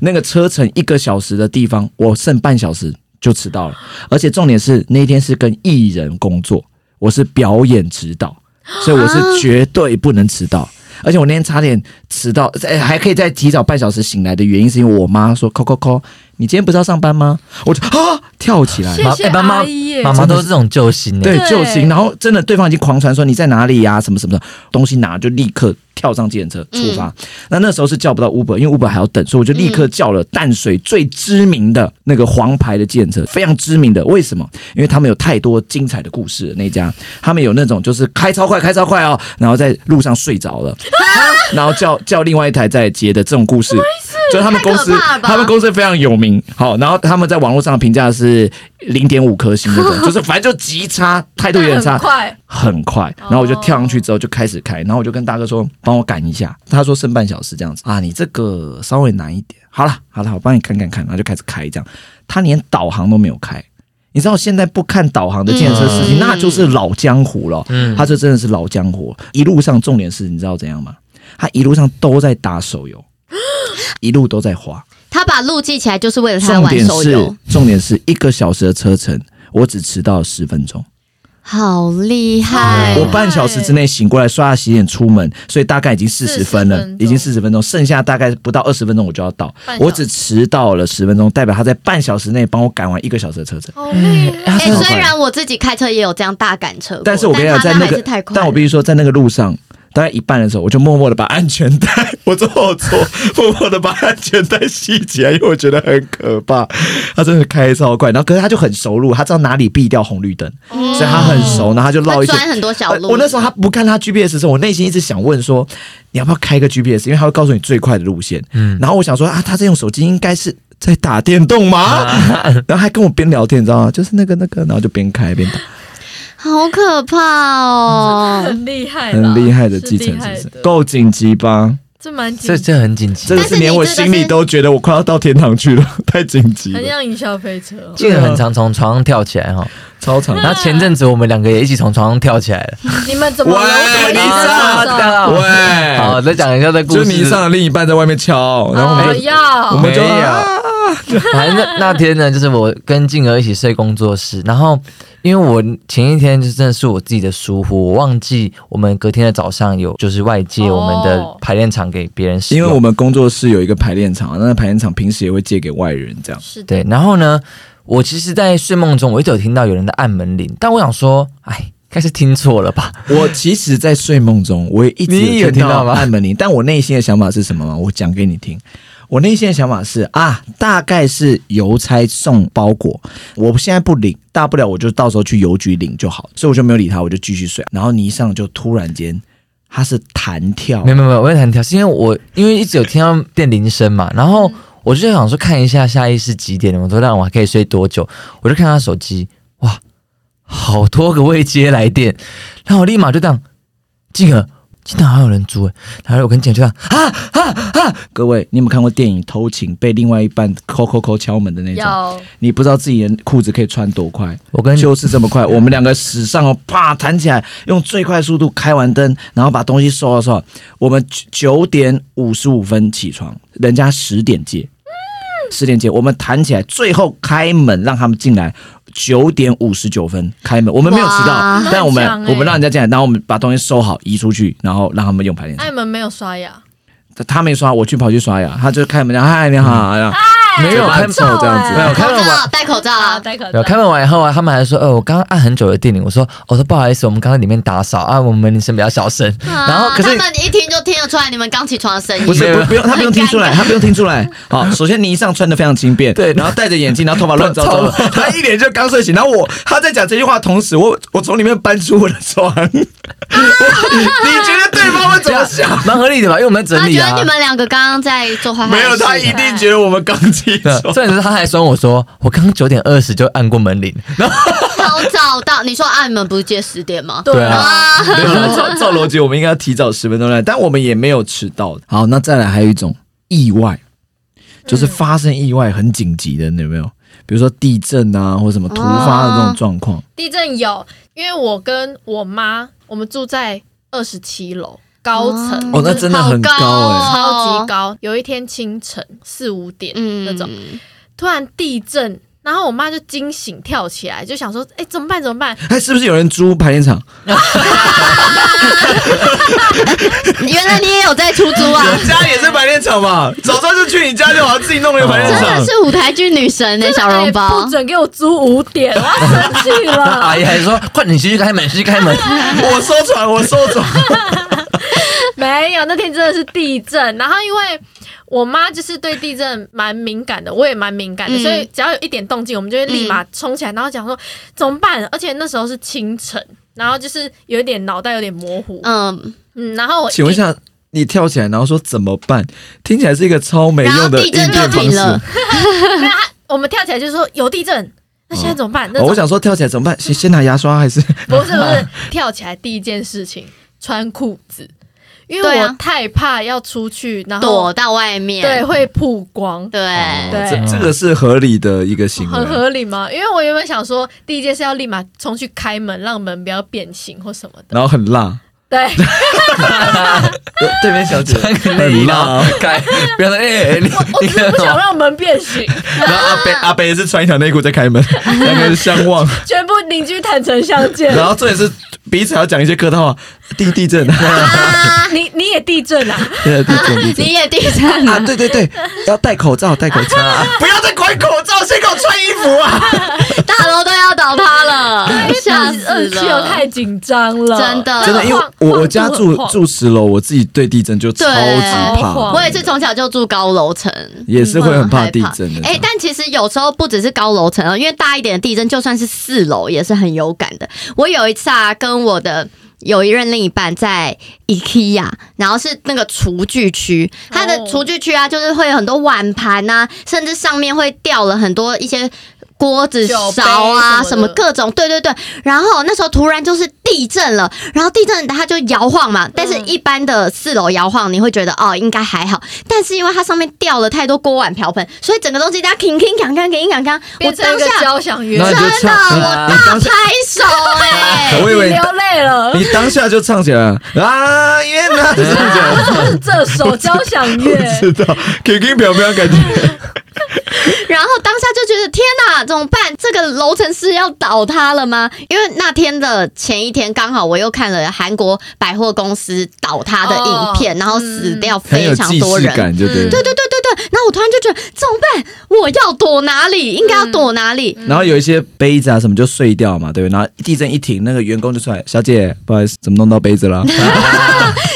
Speaker 1: 那个车程一个小时的地方，我剩半小时就迟到了。而且重点是那天是跟艺人工作，我是表演指导，所以我是绝对不能迟到。而且我那天差点迟到，哎，还可以再提早半小时醒来的原因，是因为我妈说：“扣扣扣，你今天不是要上班吗？”我就啊跳起来，
Speaker 3: 谢谢
Speaker 4: 妈妈
Speaker 3: 哎阿姨耶
Speaker 4: 妈妈都是这种救星的，
Speaker 1: 对
Speaker 3: 对
Speaker 1: 救星，然后真的对方已经狂传说你在哪里呀、啊什么什么的，东西拿就立刻跳上计程车出
Speaker 2: 嗯
Speaker 1: 发。那那时候是叫不到 Uber，因为 Uber 还要等，所以我就立刻叫了淡水最知名的那个黄牌的计程车，非常知名的。为什么？因为他们有太多精彩的故事了那家，他们有那种就是开超快，开超快 哦，然后在路上睡着了，然后叫叫另外一台再接的这种故事。所以他们公司
Speaker 2: 太可怕了，吧
Speaker 1: 他们公司非常有名。好，然后他们在网络上的评价是零点五颗星那 种，就是反正就极差，态度有点差
Speaker 3: 很。快，
Speaker 1: 很快，然后我就跳上去之后就开始开，然后我就跟大哥说帮我赶一下，他说剩半小时这样子啊，你这个稍微难一点，好了好了，我帮你看看看，然后就开始开这样，他连导航都没有开，你知道现在不看导航的建设司机、
Speaker 2: 嗯
Speaker 1: 那就是老江湖了，
Speaker 4: 嗯
Speaker 1: 他这真的是老江湖，一路上重点是你知道怎样吗？他一路上都在打手 游，一路都在滑。
Speaker 2: 他把路记起来就是为了他
Speaker 1: 重
Speaker 2: 玩
Speaker 1: 点
Speaker 2: 手游
Speaker 1: 是，，重点是一个小时的车程，我只迟到十分钟。
Speaker 2: 好厉害
Speaker 1: 我！半小时之内醒过来，刷牙洗脸出门，所以大概已经四十分了
Speaker 3: 40分，钟
Speaker 1: 已经四十分钟，剩下大概不到二十分钟我就要到
Speaker 3: 半小。时
Speaker 1: 我只迟到了十分钟，代表他在半小时内帮我赶完一个小时的车程。
Speaker 3: 好厉 害！
Speaker 4: 哎他
Speaker 2: 哎、
Speaker 4: 真的很
Speaker 2: 虽
Speaker 4: 快。
Speaker 2: 然我自己开车也有这样大赶车过，
Speaker 1: 但是我跟你讲，在
Speaker 2: 他
Speaker 1: 那
Speaker 2: 还是
Speaker 1: 个
Speaker 2: 太，快了，
Speaker 1: 但我必须说，在那个路上。大概一半的时候，我就默默的把安全带，我坐后座，默默的把安全带系起来，因为我觉得很可怕。他真的开超快，然后可是他就很熟路，他知道哪里避掉红绿灯，所以他很熟，然后他就绕
Speaker 2: 他
Speaker 1: 一圈
Speaker 2: 哦钻很多小路。
Speaker 1: 呃我那时候他不看他 GPS 的时候，我内心一直想问说，你要不要开个 GPS？因为他会告诉你最快的路线。嗯，然后我想说啊，他在用手机，应该是在打电动吗？然后还跟我边聊天，你知道吗？就是那个那个，然后就边开边打，
Speaker 2: 好可怕哦！
Speaker 3: 很厉害啦，
Speaker 1: 很厉害的
Speaker 3: 是
Speaker 1: 继承
Speaker 3: 厉
Speaker 1: 是
Speaker 3: 害
Speaker 1: 不是
Speaker 3: 的？
Speaker 1: 够紧急吧？
Speaker 3: 这蛮紧
Speaker 4: 这，这很紧急，
Speaker 1: 这个
Speaker 2: 但是
Speaker 1: 连
Speaker 2: 你
Speaker 1: 我
Speaker 2: 这个
Speaker 1: 心里
Speaker 2: 是
Speaker 1: 都觉得我快要到天堂去了，太紧急
Speaker 3: 很
Speaker 1: 了，
Speaker 3: 像云霄飞车哦。
Speaker 4: 这个很常从床上跳起来哈。
Speaker 1: 超
Speaker 3: 嗯
Speaker 1: 长。
Speaker 4: 然后前阵子我们两个也一起从床上跳起来了。
Speaker 3: 你们怎么了？
Speaker 1: 喂
Speaker 3: 我怎么
Speaker 1: 你
Speaker 3: 一直
Speaker 1: 上
Speaker 3: 在床上
Speaker 1: 喂
Speaker 4: 好，再讲一下这故
Speaker 1: 就
Speaker 4: 事。
Speaker 1: 是你上的另一半在外面敲，然后我
Speaker 3: 哦
Speaker 1: 们就、我
Speaker 3: 要
Speaker 1: 们就
Speaker 4: 没有
Speaker 1: 啊
Speaker 4: 反正那那天呢，就是我跟静儿一起睡工作室，然后因为我前一天就真的是我自己的疏忽，我忘记我们隔天的早上有就是外借我们的
Speaker 3: 哦
Speaker 4: 排练场给别人使
Speaker 1: 因
Speaker 4: 用，
Speaker 1: 为我们工作室有一个排练场，那个排练场平时也会借给外人这样。
Speaker 3: 是的，
Speaker 4: 对，然后呢，我其实，在睡梦中我一直有听到有人在按门铃，但我想说，哎，应该是听错了吧？
Speaker 1: 我其实，在睡梦中，我也一直
Speaker 4: 你有听
Speaker 1: 听
Speaker 4: 到
Speaker 1: 到
Speaker 4: 吗
Speaker 1: 按门铃，但我内心的想法是什么吗？我讲给你听。我内心的想法是啊，大概是邮差送包裹，我现在不领，大不了我就到时候去邮局领就好，所以我就没有理他，我就继续睡。然后你一上就突然间，他是弹跳
Speaker 4: 没，有没有没有，我也很挑，是因为我因为一直有听到电铃声嘛，然后我就想说看一下下一是几点，我说让我还可以睡多久，我就看他手机，哇，好多个未接来电，然后我立马就这样，静儿，竟然还有人租欸，然后我跟静儿就这样，啊
Speaker 1: 各位，你有没有看过电影《偷情》被另外一半扣扣扣敲门的那种？
Speaker 3: 要
Speaker 1: 你不知道自己的裤子可以穿多快，
Speaker 4: 我跟
Speaker 1: 就是这么 快，我们两个史上哦，啪弹起来，用最快速度开完灯，然后把东西收了收好。我们九九点五十五分起床，人家十点接，
Speaker 3: 嗯
Speaker 1: 十点接，我们弹起来，最后开门让他们进来。九点五十九分开门，我们没有迟到
Speaker 2: 哇，
Speaker 1: 但我们、
Speaker 3: 很强欸
Speaker 1: 我们让人家进来，然后我们把东西收好移出去，然后让他们用排练场。
Speaker 3: 艾门没有刷牙，
Speaker 1: 他他没刷，我去跑去刷牙，他就开门，然后嗨你好，
Speaker 3: 嗯
Speaker 1: 然后
Speaker 3: 哎
Speaker 4: 没有
Speaker 1: 嘴巴
Speaker 4: 开
Speaker 1: 很臭这样子，
Speaker 4: 没有
Speaker 2: 口
Speaker 4: 开门
Speaker 2: 罩
Speaker 4: 完。
Speaker 2: 戴口罩啊！
Speaker 3: 戴口
Speaker 4: 没有开门完以后啊，他们还说，呃，我刚刚按很久的电铃，我说，我、说不好意思，我们刚刚里面打扫啊，我们铃声比较小声，然后可是
Speaker 2: 啊他们一听就听得出来你们刚起床的声音，
Speaker 1: 不
Speaker 4: 没
Speaker 1: 是
Speaker 4: 有
Speaker 1: 不不用，他不用听出 来，他不用听出来。好，首先你一上穿的非常轻便，
Speaker 4: 对
Speaker 1: 然后戴着眼镜，然后头发乱糟糟的，他一脸就刚睡醒。然后我他在讲这句话的同时，我我从里面搬出我的 床，我你觉得对方会怎么想？
Speaker 4: 啊 蛮合理的吧，因为我们在整
Speaker 2: 他
Speaker 4: 理
Speaker 2: 觉
Speaker 4: 啊。
Speaker 2: 得你们两个刚刚在做坏坏
Speaker 1: 没有，
Speaker 2: 事
Speaker 1: 他一定觉得我们刚起
Speaker 4: 对啊
Speaker 1: 床，。
Speaker 4: 重点是他还说我说我刚九点二十就按过门铃，然后
Speaker 2: 好早到。你说啊，你们不是接十点吗？
Speaker 4: 对
Speaker 3: 对
Speaker 4: 啊
Speaker 3: 啊，
Speaker 1: 没有啦照照逻辑，我们应该要提早十分钟来，但我们也没有迟到。好，那再来还有一种意外，就是发生意外很紧急的，你有没有？比如说地震啊，或什么突发的这种状况。
Speaker 3: 地震
Speaker 1: 啊
Speaker 3: 有，因为我跟我妈我们住在二十七楼高层，
Speaker 1: 哦，那真的很
Speaker 2: 好高
Speaker 1: 高哎、
Speaker 2: 哦
Speaker 3: 超级高。有一天清晨四五点
Speaker 2: 嗯，
Speaker 3: 那种，突然地震，然后我妈就惊醒跳起来，就想说：“哎，怎么办？怎么办
Speaker 1: 哎，是不是有人租排练场？
Speaker 2: 原来你也有在出租啊！
Speaker 1: 家也是排练场嘛，早上就去你家就好，自己弄一个排
Speaker 2: 真的是舞台剧女神呢、？”小笼
Speaker 3: 哎
Speaker 2: 包
Speaker 3: 不。准给我租五点，我要生气了。
Speaker 4: 阿姨还说快点你先去开门，先去开门。
Speaker 1: 我收床，我收床。
Speaker 3: 没有，那天真的是地震。然后因为我妈就是对地震蛮敏感的，我也蛮敏感的，
Speaker 2: 嗯
Speaker 3: 所以只要有一点动静，我们就会立马
Speaker 1: 嗯
Speaker 3: 冲起来，然后讲说怎么办？而且那时候是清晨，然后就是有一点脑袋有点模糊，
Speaker 2: 嗯，
Speaker 3: 嗯，然后我
Speaker 1: 请问一下，你跳起来然后说怎么办？听起来是一个超没用的应变
Speaker 2: 然后
Speaker 1: 方
Speaker 2: 地
Speaker 1: 式。
Speaker 2: 震就停了
Speaker 3: 我们跳起来就说有地震，那现在怎么办？那
Speaker 1: 哦，我
Speaker 3: 种
Speaker 1: 想说跳起来怎么办？先先拿牙刷还是？
Speaker 3: 不是不是跳起来第一件事情穿裤子，因
Speaker 2: 对
Speaker 3: 为我
Speaker 2: 啊
Speaker 3: 太怕要出去，然后
Speaker 2: 躲到外面。
Speaker 3: 对会曝光。
Speaker 2: 对，
Speaker 3: 对
Speaker 1: 这这个是合理的一个行为
Speaker 3: 很。合理吗？因为我原本想说，第一件事要立马冲去开门，让门不要变形或什么 的。
Speaker 1: 然后很辣，
Speaker 3: 对，
Speaker 1: 对对面小姐
Speaker 4: 你
Speaker 1: 很
Speaker 4: 然后
Speaker 1: 辣，
Speaker 4: 开，不要说哎，你
Speaker 3: 我
Speaker 4: 你
Speaker 3: 只是
Speaker 4: 看
Speaker 3: 不想
Speaker 4: 到
Speaker 3: 让门变形，
Speaker 1: 然后阿北阿北也是穿一条内裤在开 门，两个人相望，
Speaker 3: 全部邻居坦诚相 见。
Speaker 1: 然后这也是彼此还要讲一些客套话，地地震，
Speaker 2: 啊，
Speaker 3: 你你也地震啊？
Speaker 1: 对地震地震
Speaker 2: 你也地震
Speaker 1: 啊，
Speaker 2: 了，
Speaker 1: 对对对，要戴口罩，戴口罩， 不要再管口罩，先给我穿衣服啊！
Speaker 2: 大楼都要倒塌了，吓死
Speaker 3: 二七又
Speaker 2: 了，
Speaker 3: 太紧张了，
Speaker 2: 真 的
Speaker 1: 真的，因为我我家住
Speaker 3: 晃晃
Speaker 1: 住十楼，我自己对地震就超级
Speaker 2: 对
Speaker 1: 怕，
Speaker 2: 我也是从小就住高楼层，
Speaker 1: 也是会很怕
Speaker 2: 害
Speaker 1: 地震的。
Speaker 2: 哎、但其实有时候不只是高楼层啊，因为大一点的地震，就算是四楼也是很有感的。我有一次啊，跟我的有一任另一半在 IKEA，然后是那个厨具区，它的
Speaker 3: 哦
Speaker 2: 厨具区啊，就是会有很多碗盘啊，甚至上面会掉了很多一些。锅子、
Speaker 3: 酒杯
Speaker 2: 勺啊，
Speaker 3: 什
Speaker 2: 什
Speaker 3: 么
Speaker 2: 么
Speaker 3: 的
Speaker 2: 各种，对对对。然后那时候突然就是地震了，然后地震它就摇晃嘛，但是
Speaker 3: 嗯
Speaker 2: 一般的四楼摇晃，你会觉得哦应该还好，但是因为它上面掉了太多锅碗瓢盆，所以整个东西在铿铿锵锵铿锵锵，我
Speaker 3: 变成
Speaker 2: 当
Speaker 3: 一个
Speaker 2: 下
Speaker 3: 交响乐
Speaker 4: 然，后 你就
Speaker 2: 真的
Speaker 4: 唱，
Speaker 2: 我
Speaker 4: 你
Speaker 2: 大拍手哎、
Speaker 1: 我以
Speaker 3: 你
Speaker 1: 为
Speaker 3: 流泪了。
Speaker 1: 你当下就唱起来了啊，耶呐，就唱起来 了。
Speaker 3: 不是这首交响 乐，
Speaker 1: 知道，QQ 表表感觉，
Speaker 2: 然后当下就觉得天哪，怎么办？这个楼层是要倒塌了吗？因为那天的前一天刚好我又看了韩国百货公司倒塌的影片，
Speaker 3: 哦
Speaker 2: 然后死掉
Speaker 1: 嗯很有
Speaker 2: 非常
Speaker 1: 既
Speaker 2: 多
Speaker 1: 视
Speaker 2: 人，
Speaker 1: 感，就对。
Speaker 2: 对对对对对，然后我突然就觉得怎么办？我要躲哪里？应该要躲哪里？
Speaker 1: 然后有一些杯子啊什么就碎掉嘛，对不对？然后地震一停，那个员工就出来，小姐，不好意思，怎么弄到杯子 了？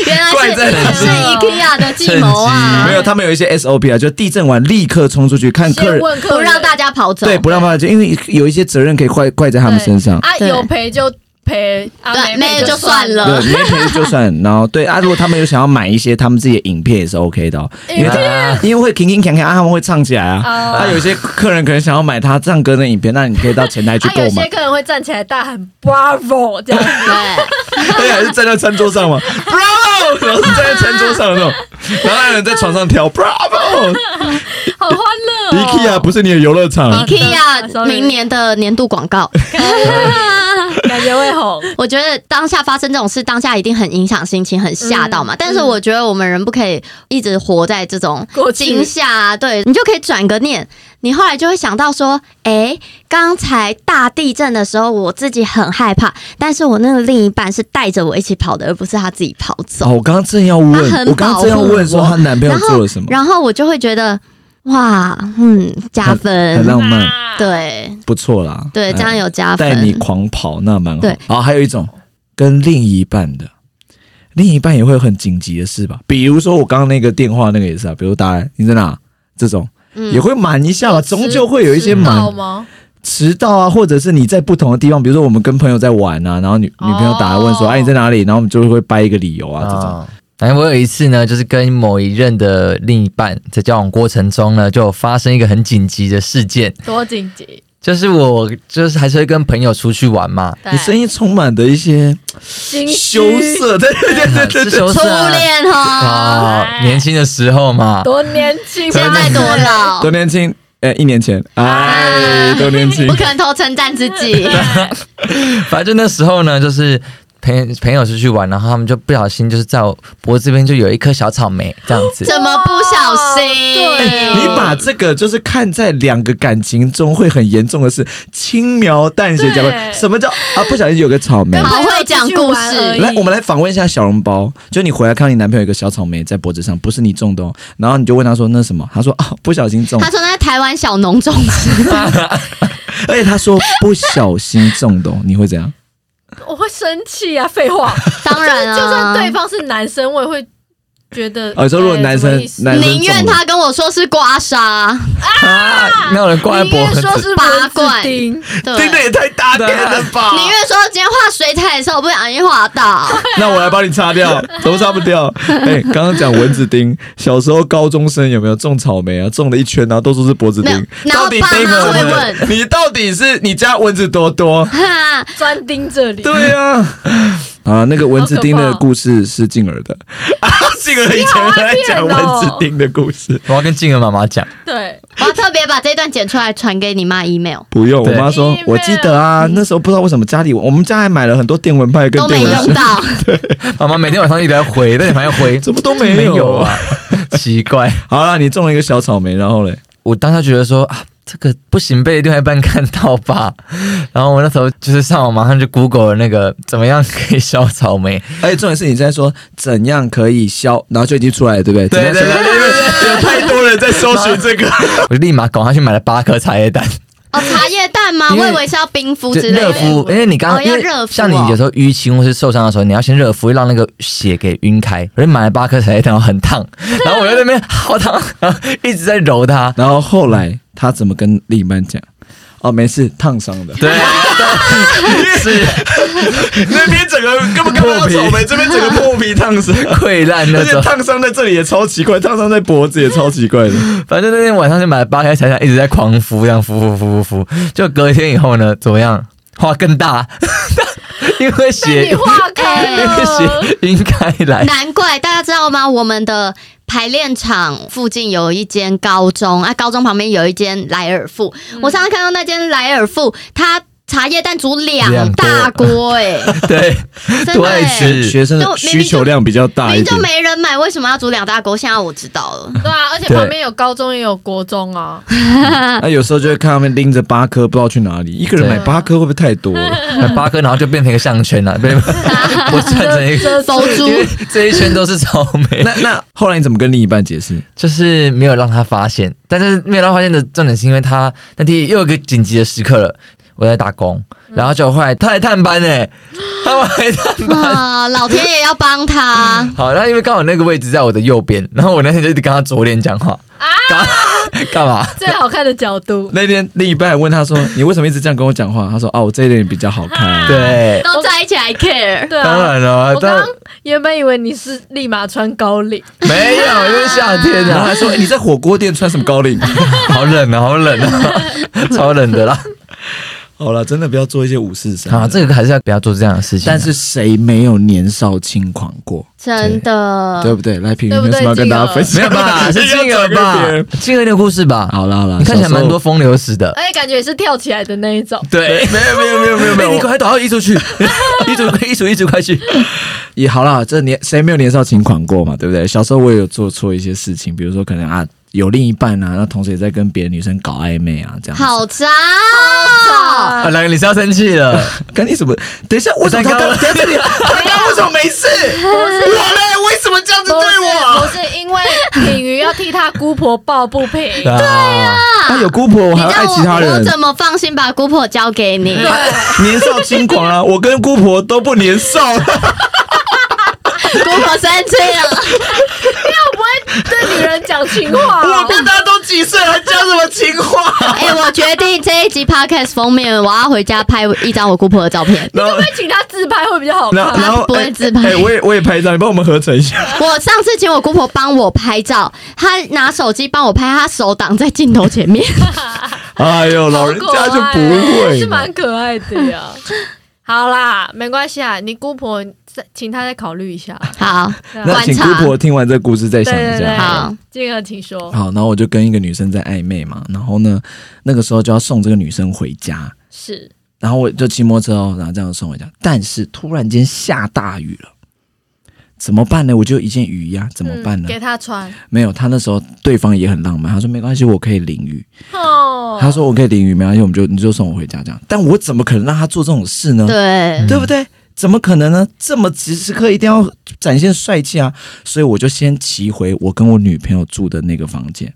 Speaker 2: 原来
Speaker 1: 怪在你
Speaker 2: 是是 IKEA 的计谋
Speaker 4: 趁
Speaker 2: 啊
Speaker 1: 没，有，他们有一些 SOP 啊，就地震完立刻冲出去看客
Speaker 3: 先
Speaker 1: 人，
Speaker 3: 问客人
Speaker 2: 不让大家跑走。
Speaker 1: 对，不让他就因为有一些责任可以怪怪在他们身上。
Speaker 3: 啊，
Speaker 2: 对
Speaker 3: 有赔就赔，啊
Speaker 2: 对
Speaker 3: 没
Speaker 2: 没
Speaker 3: 赔
Speaker 2: 就算了
Speaker 1: 对，没赔就算。然后对啊，如果他们有想要买一些他们自己的影片也是 OK 的、哦，因为他因为会铿铿锵锵啊，他们会唱起来啊。
Speaker 3: 哦
Speaker 1: 啊，有些客人可能想要买他唱歌的影片，那你可以到前台去
Speaker 3: 啊，
Speaker 1: 购
Speaker 3: 有
Speaker 1: 买
Speaker 3: 些。客人会站起来大喊 “Bravo” 这样，
Speaker 2: 对。
Speaker 1: 对，啊还是站在餐桌上嘛，Bravo，然后是站在餐桌上的那种，然后还有人在床上跳 Bravo，IKEA
Speaker 3: 好欢乐哦。
Speaker 1: 不是你的游乐场，
Speaker 3: 啊
Speaker 2: ，IKEA
Speaker 3: sorry
Speaker 2: 明年的年度广告，
Speaker 1: 啊
Speaker 3: 感觉会红，
Speaker 2: 我觉得当下发生这种事，当下一定很影响心情，很吓到
Speaker 1: 嗯
Speaker 2: 嘛。但是我觉得我们人不可以一直活在这种
Speaker 3: 过去
Speaker 2: 惊吓、啊，对你就可以转个念，你后来就会想到说，诶，刚才大地震的时候，我自己很害怕，但是我那个另一半是带着我一起跑的，而不是他自己跑走。
Speaker 1: 哦，我刚刚正要问，
Speaker 2: 她很
Speaker 1: 我刚刚正要问说
Speaker 2: 保护
Speaker 1: 她
Speaker 2: 我
Speaker 1: 男朋友
Speaker 2: 然后
Speaker 1: 做了什么，
Speaker 2: 然后我就会觉得，哇，嗯，加
Speaker 1: 很
Speaker 2: 分，
Speaker 1: 浪漫，
Speaker 2: 对
Speaker 1: 不错啦。
Speaker 2: 对，这样有加分。
Speaker 1: 带你狂跑那蛮好。
Speaker 2: 啊对
Speaker 1: 然后还有一种跟另一半的，另一半也会有很紧急的事吧？比如说我刚刚那个电话那个也是啊，比如打来你在哪这种。
Speaker 2: 嗯
Speaker 1: 也会瞒一下吧，终究会有一些瞒
Speaker 3: 知道吗？
Speaker 1: 迟到啊，或者是你在不同的地方，比如说我们跟朋友在玩啊，然后女
Speaker 3: 哦
Speaker 1: 女朋友打来问说，哎、你在哪里？然后我们就会掰一个理由啊，这种。
Speaker 4: 啊，反正我有一次呢，就是跟某一任的另一半在交往过程中呢，就有发生一个很紧急的事件，
Speaker 3: 多紧急，
Speaker 4: 就是我就是还是会跟朋友出去玩嘛，
Speaker 3: 对
Speaker 1: 你声音充满的一些
Speaker 3: 心虚
Speaker 1: 羞，涩，对对对对对
Speaker 4: 是
Speaker 1: 对
Speaker 4: 羞
Speaker 2: 初
Speaker 4: 涩啊
Speaker 2: 恋哦哈，
Speaker 4: 啊，年轻的时候嘛，
Speaker 3: 多年轻，
Speaker 2: 现在多老
Speaker 1: 多，年轻，哎、一年前，哎，多年轻
Speaker 2: 不，可能偷称赞自己。
Speaker 4: 反正那时候呢，就是朋朋友出去玩，然后他们就不小心就是在我脖子这边就有一颗小草莓这样子，
Speaker 2: 怎么不小心？
Speaker 3: 对
Speaker 1: 你把这个就是看在两个感情中会很严重的事，轻描淡写讲
Speaker 3: 对
Speaker 1: 吧。什么叫啊？不小心有个草莓
Speaker 3: 跟。
Speaker 2: 好
Speaker 3: 朋友
Speaker 2: 会讲故事
Speaker 3: 出去玩而已
Speaker 1: 来，我们来访问一下小笼包。就你回来看到你男朋友有个小草莓在脖子上，不是你中的哦。然后你就问他说：“那什么？”他说：“啊，不小心中。
Speaker 2: 他”说那是台湾小农种 植，
Speaker 1: 而且他说不小心中的哦，你会怎样？
Speaker 3: 我会生气啊！废话，
Speaker 2: 当然啊，
Speaker 3: 就算对方是男生，我也会觉得。
Speaker 1: 哦你说如果
Speaker 3: 哎
Speaker 1: 男生
Speaker 3: 什么意思
Speaker 1: 男生
Speaker 2: 宁愿他跟我说是刮痧，
Speaker 4: 啊，没有人挂在
Speaker 3: 宁
Speaker 4: 脖
Speaker 3: 愿
Speaker 4: 子，
Speaker 3: 说是
Speaker 2: 拔
Speaker 3: 蚊子
Speaker 2: 罐
Speaker 3: 叮，
Speaker 2: 对，
Speaker 1: 真的也太大胆了吧！
Speaker 2: 宁愿说今天画水彩的时候我不小心画到，
Speaker 1: 那我来帮你擦掉，怎么擦不掉？哎、刚刚讲蚊子叮，小时候高中生有没有种草莓啊？种了一圈，然后都说是脖子
Speaker 2: 没有
Speaker 1: 叮。
Speaker 2: 然后
Speaker 1: 到底
Speaker 2: 爸妈
Speaker 1: 叮了
Speaker 2: 会
Speaker 1: 没有
Speaker 2: 问
Speaker 1: 你到底是你家蚊子多多？
Speaker 2: 哈，
Speaker 3: 专盯这里。
Speaker 1: 对啊， 啊，那个蚊子叮
Speaker 3: 好
Speaker 1: 的
Speaker 3: 可怕哦
Speaker 1: 故事是静儿的， 静儿以前在讲蚊子叮的故事，
Speaker 4: 我要跟静儿妈妈讲，
Speaker 3: 对，
Speaker 2: 我要特别把这段剪出来传给你妈 email，
Speaker 1: 不用。我
Speaker 4: 对
Speaker 1: 妈说
Speaker 3: 你，没
Speaker 1: 我记得啊，那时候不知道为什么家里，我们家还买了很多电蚊拍跟
Speaker 2: 都
Speaker 1: 电
Speaker 2: 没
Speaker 1: 蚊香，
Speaker 2: 用 到。
Speaker 4: 妈妈每天晚上一直在回，但你反正回
Speaker 1: 怎么都
Speaker 4: 没
Speaker 1: 没有
Speaker 4: 啊
Speaker 1: 啊？，
Speaker 4: 奇怪。
Speaker 1: 好了，你种了一个小草莓，然后嘞，
Speaker 4: 我当下觉得说啊，这个不行，被另外一半看到吧。然后我那时候就是上网马上就 Google 了那个怎么样可以削草莓，
Speaker 1: 而且哎重点是你在说怎样可以消，然后就已经出来了，对不对？
Speaker 4: 对
Speaker 1: 怎样
Speaker 4: 对对对
Speaker 1: 有太多人在搜寻这个，
Speaker 4: 我就立马赶快去买了八颗茶叶蛋，
Speaker 2: 哦，茶叶蛋吗？
Speaker 4: 因为
Speaker 2: 我以为是要冰敷
Speaker 4: 就
Speaker 2: 之类
Speaker 4: 热
Speaker 2: 的。
Speaker 4: 敷，因为你刚
Speaker 2: 哦
Speaker 4: 刚因
Speaker 2: 要
Speaker 4: 为
Speaker 2: 热敷哦
Speaker 4: 像你有时候淤青或是受伤的时候，你要先热敷，让那个血给晕开。我就买了八颗茶叶蛋，然后很烫，然后我就在那边好烫，然后一直在揉它。
Speaker 1: 然后后来他怎么跟另一半讲？哦，没事，烫伤的。
Speaker 4: 对，是
Speaker 1: 那边整个根本看不到草莓，这边整个破皮烫 伤，
Speaker 4: 溃烂那
Speaker 1: 而且
Speaker 4: 种。
Speaker 1: 烫伤在这里也超奇怪，烫伤在脖子也超奇怪 的。
Speaker 4: 反正那天晚上就买了八颗彩蛋，一直在狂敷，这样敷敷敷敷敷。就隔天以后呢，怎么样？画更大，因为
Speaker 3: 被
Speaker 4: 血
Speaker 3: 你化开
Speaker 4: 因为
Speaker 3: 了。
Speaker 4: 血晕开来。
Speaker 2: 难怪大家知道吗？我们的排练场附近有一间高中啊，高中旁边有一间莱尔富。我上次看到那间莱尔富，它茶叶蛋煮两
Speaker 4: 两锅
Speaker 2: 大锅、 欸，
Speaker 4: 对，
Speaker 2: 真
Speaker 4: 多
Speaker 2: 的、
Speaker 4: 爱
Speaker 2: 欸。
Speaker 4: 吃
Speaker 1: 学生的需求量比较大一
Speaker 2: 明明就
Speaker 1: 点。
Speaker 2: 没人买，为什么要煮两大锅？现在我知道 了，
Speaker 3: 对啊，而且
Speaker 4: 对
Speaker 3: 旁边有高中也有国中啊，
Speaker 1: 那有时候就会看他们拎着八颗，不知道去哪里。一个人买八颗会不会太多了？
Speaker 2: 嗯
Speaker 4: 买八颗，然后就变成一个项圈了，被
Speaker 3: 啊
Speaker 4: 我转成一个。
Speaker 2: 包猪
Speaker 4: 因为这一圈都是草莓，
Speaker 1: 那那后来你怎么跟另一半解释？
Speaker 4: 就是没有让他发现。但是没有让他发现的重点是因为他那天又有一个紧急的时刻了，我在打工，
Speaker 3: 嗯
Speaker 4: 然后就后来他来探班呢、欸他来 探班。
Speaker 2: 啊！老天爷要帮他。
Speaker 4: 好，那因为刚好那个位置在我的右边，然后我那天就一直跟他左脸讲话啊，干干嘛？
Speaker 3: 最好看的角度。
Speaker 1: 那天另一半还问他说：“你为什么一直这样跟我讲话？”他说：“哦，我这一脸比较好看。”，
Speaker 4: 对，
Speaker 2: 都在一起还 care，
Speaker 3: 对啊，
Speaker 4: 当然了
Speaker 3: 我
Speaker 4: 当然
Speaker 3: 刚原本以为你是立马穿高领，
Speaker 4: 没有，因为夏天
Speaker 1: 然后
Speaker 4: 啊
Speaker 1: 还，说：“欸你在火锅店穿什么高领
Speaker 4: 好冷啊，好 冷啊，超冷的啦。？”
Speaker 1: 好了，真的不要做一些无事生
Speaker 4: 啊，这个还是要不要做这样的事情啊。
Speaker 1: 但是谁没有年少轻狂过？
Speaker 2: 真
Speaker 1: 对
Speaker 4: 啊
Speaker 2: 的。
Speaker 1: 不对？来评，你
Speaker 3: 对
Speaker 1: 有
Speaker 3: 不对
Speaker 1: 什么要跟大家分享？
Speaker 4: 没 有吧？是静儿吧？静儿的故事吧？
Speaker 1: 好啦好啦
Speaker 4: 你看起
Speaker 1: 小
Speaker 4: 来
Speaker 1: 时候
Speaker 4: 蛮多风流 史的。
Speaker 3: 而且哎感觉也是跳起来的那一种。
Speaker 4: 对，
Speaker 1: 没有没有没有没有没有，
Speaker 4: 哎 你赶快倒到一 组去，一组一组一组快去。
Speaker 1: 也好啦，这年谁没有年少轻狂过嘛，对不对？小时候我也有做错一些事情，比如说可能啊有另一半啊，那同时也在跟别的女生搞暧昧啊，这样子。
Speaker 2: 好渣哦！
Speaker 4: 啊，两个你是要生气了？
Speaker 1: 跟你什么？等一下，为什么他刚
Speaker 4: 我
Speaker 1: 等
Speaker 4: 在刚
Speaker 1: 一下这里？ 他刚刚为什么没事？我嘞，为什么这样子
Speaker 3: 不
Speaker 1: 对
Speaker 3: 是
Speaker 1: 我？
Speaker 3: 不是因为品瑜要替他姑婆抱不 平，
Speaker 4: 对啊，
Speaker 1: 他有姑婆，我
Speaker 2: 你
Speaker 1: 还要
Speaker 2: 让
Speaker 1: 爱其他
Speaker 2: 我我
Speaker 1: 人。
Speaker 2: 怎么放心把姑婆交给你？
Speaker 1: 年少轻狂 啊！我跟姑婆都不年少了。
Speaker 2: 姑婆生气了，
Speaker 3: 我不会对女人讲情话
Speaker 1: 我
Speaker 3: 哦。
Speaker 1: 跟他都几岁了，还讲什么情 话？
Speaker 2: 哎、我决定这一集 podcast 封面，我要回家拍一张我姑婆的照 片。
Speaker 1: 然后
Speaker 3: 会请他自拍会比较好
Speaker 1: 然后
Speaker 3: 看。
Speaker 1: 然后
Speaker 2: 不会
Speaker 1: 哎
Speaker 2: 自拍
Speaker 1: 哎，我也我也拍一张，你帮我们合成一 下。
Speaker 2: 我上次请我姑婆帮我拍照，她拿手机帮我拍，她手挡在镜头前 面。
Speaker 1: 哎呦，老人家就不会
Speaker 3: 啊是
Speaker 1: 嘛
Speaker 3: 蛮可爱的呀。 好啦，没关系啊，你姑婆再请她再考虑一下。
Speaker 2: 好，
Speaker 1: 那
Speaker 2: 观
Speaker 1: 请姑
Speaker 2: 察
Speaker 1: 婆听完这个故事再
Speaker 3: 对
Speaker 1: 想
Speaker 3: 对
Speaker 1: 一
Speaker 3: 对，
Speaker 1: 下。
Speaker 2: 好，
Speaker 3: 金额请说。
Speaker 1: 好，然后我就跟一个女生在暧昧嘛，然后呢，那个时候就要送这个女生回家，
Speaker 3: 是
Speaker 1: 然后我就骑摩托车哦，然后这样送回家。但是突然间下大雨了，怎么办呢？我就有一件雨衣啊，怎么办
Speaker 3: 嗯
Speaker 1: 呢？
Speaker 3: 给她穿
Speaker 1: 没有，他那时候对方也很浪漫，他说没关系，我可以淋雨。
Speaker 3: 哦。
Speaker 1: 他说我可以淋雨，没关系，我们就你就送我回家这样。但我怎么可能让他做这种事呢？
Speaker 3: 嗯
Speaker 2: 对，
Speaker 1: 对不对？怎么可能呢？这么时时刻一定要展现帅气啊！所以我就先骑回我跟我女朋友住的那个房间，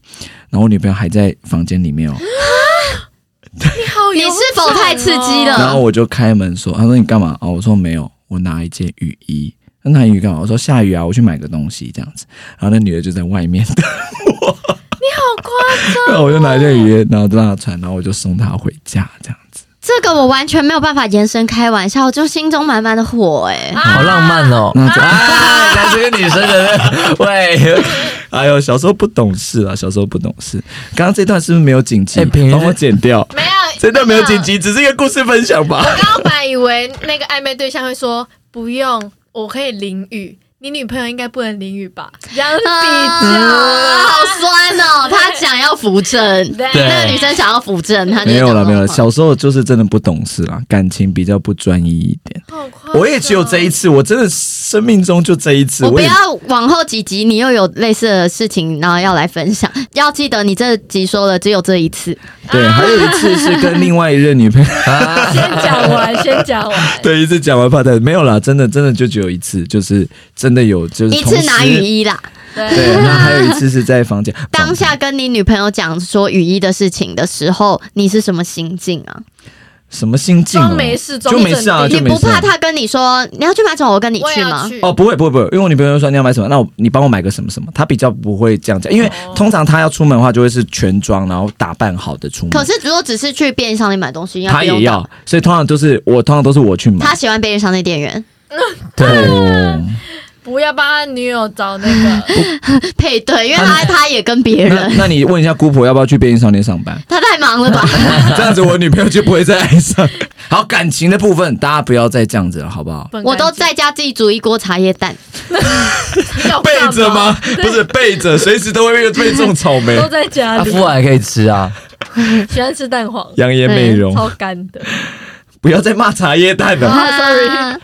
Speaker 1: 然后我女朋友还在房间里面哦。
Speaker 3: 你好勇敢哦，哦
Speaker 2: 你是否太刺激了
Speaker 1: 然后我就开门说：“她说你干嘛？”哦，我说没有，我拿一件雨衣。那拿雨衣干嘛？我说下雨啊，我去买个东西这样子。然后那女的就在外面 等我，
Speaker 3: 好夸张，哦
Speaker 1: 然后我就拿一件雨衣，然后就让她穿，然后我就送她回家这样子。
Speaker 2: 这个我完全没有办法延伸开玩笑，我就心中满满的火哎、
Speaker 3: 啊
Speaker 4: 好浪漫哦。
Speaker 1: 那这
Speaker 4: 啊，来这个女生的那 喂，
Speaker 1: 哎呦，小时候不懂事啊，小时候不懂事。刚刚这段是不是没有紧急
Speaker 4: 哎平？时
Speaker 1: 帮我剪 掉。
Speaker 3: 没有
Speaker 1: 这段没有剪辑，只是一个故事分享吧。
Speaker 3: 我刚刚本来以为那个暧昧对象会说：“不用，我可以淋雨。你女朋友应该不能淋雨吧？这样比 较
Speaker 2: 啊，好酸哦！他想要扶 正，
Speaker 3: 对
Speaker 4: 对
Speaker 2: 那个女生想要扶正，他就
Speaker 1: 没有 了，没有了。
Speaker 2: 小
Speaker 1: 小时候就是真的不懂事啦，感情比较不专一一点。
Speaker 3: 好快乐
Speaker 1: 我也只有这一次，我真的生命中就这一次。
Speaker 2: 我
Speaker 1: 我
Speaker 2: 不
Speaker 1: 也
Speaker 2: 要往后几集你又有类似的事情，然后要来分享。要记得你这集说了只有这一次，
Speaker 1: 对，还有一次是跟另外一任女朋友，。
Speaker 3: 啊先讲完，先讲完
Speaker 1: 对，一次讲完怕太没有啦，真的真的就只有一次，就是真的有就是
Speaker 2: 一次拿
Speaker 1: 同时
Speaker 2: 雨衣啦。
Speaker 3: 对，
Speaker 1: 对，那还有一次是在房间
Speaker 2: 当下跟你女朋友讲说雨衣的事情的时候，你是什么心境啊？
Speaker 1: 什么心境、哦？
Speaker 3: 装没事装
Speaker 1: 就没事啊，
Speaker 3: 镇
Speaker 1: 就
Speaker 2: 你
Speaker 1: 没事、
Speaker 2: 不
Speaker 1: 啊。
Speaker 2: 怕他跟你说你要去买什么，我跟你
Speaker 3: 我也
Speaker 2: 去
Speaker 3: 要
Speaker 2: 吗？
Speaker 3: 去
Speaker 1: 哦，不会不会不会，因为我女朋友说你要买什么，那我你帮我买个什么什么，她比较不会这样讲，因为
Speaker 3: 哦
Speaker 1: 通常她要出门的话，就会是全装，然后打扮好的出门。
Speaker 2: 可是如果只是去便利商店买东西，应该
Speaker 1: 她
Speaker 2: 不用
Speaker 1: 也
Speaker 2: 到
Speaker 1: 要，所以通常都是我，通常都是我去买
Speaker 2: 他。喜欢便利商店店员
Speaker 1: 对，
Speaker 3: 不要帮他女友找那个，
Speaker 1: 哦
Speaker 2: 配对，因为他他也跟别
Speaker 1: 那
Speaker 2: 人，
Speaker 1: 那你问一下姑婆要不要去便利商店上班？
Speaker 2: 他太忙了吧？
Speaker 1: 这样子我女朋友就不会再爱上。 好，感情的部分大家不要再这样子了，好不好？
Speaker 3: 本
Speaker 2: 我都
Speaker 3: 干
Speaker 2: 在家自己煮一锅茶叶蛋，
Speaker 3: 净？要
Speaker 1: 背
Speaker 3: 干
Speaker 1: 着
Speaker 3: 嘛
Speaker 1: 吗？？不是背着，随时都会被种草莓
Speaker 3: 都在家
Speaker 4: 他
Speaker 3: 里
Speaker 4: 敷，完还可以吃啊，
Speaker 3: 喜欢吃蛋黄，
Speaker 1: 养颜美容，
Speaker 3: 超干的。
Speaker 1: 不要再骂茶叶蛋了。
Speaker 2: 啊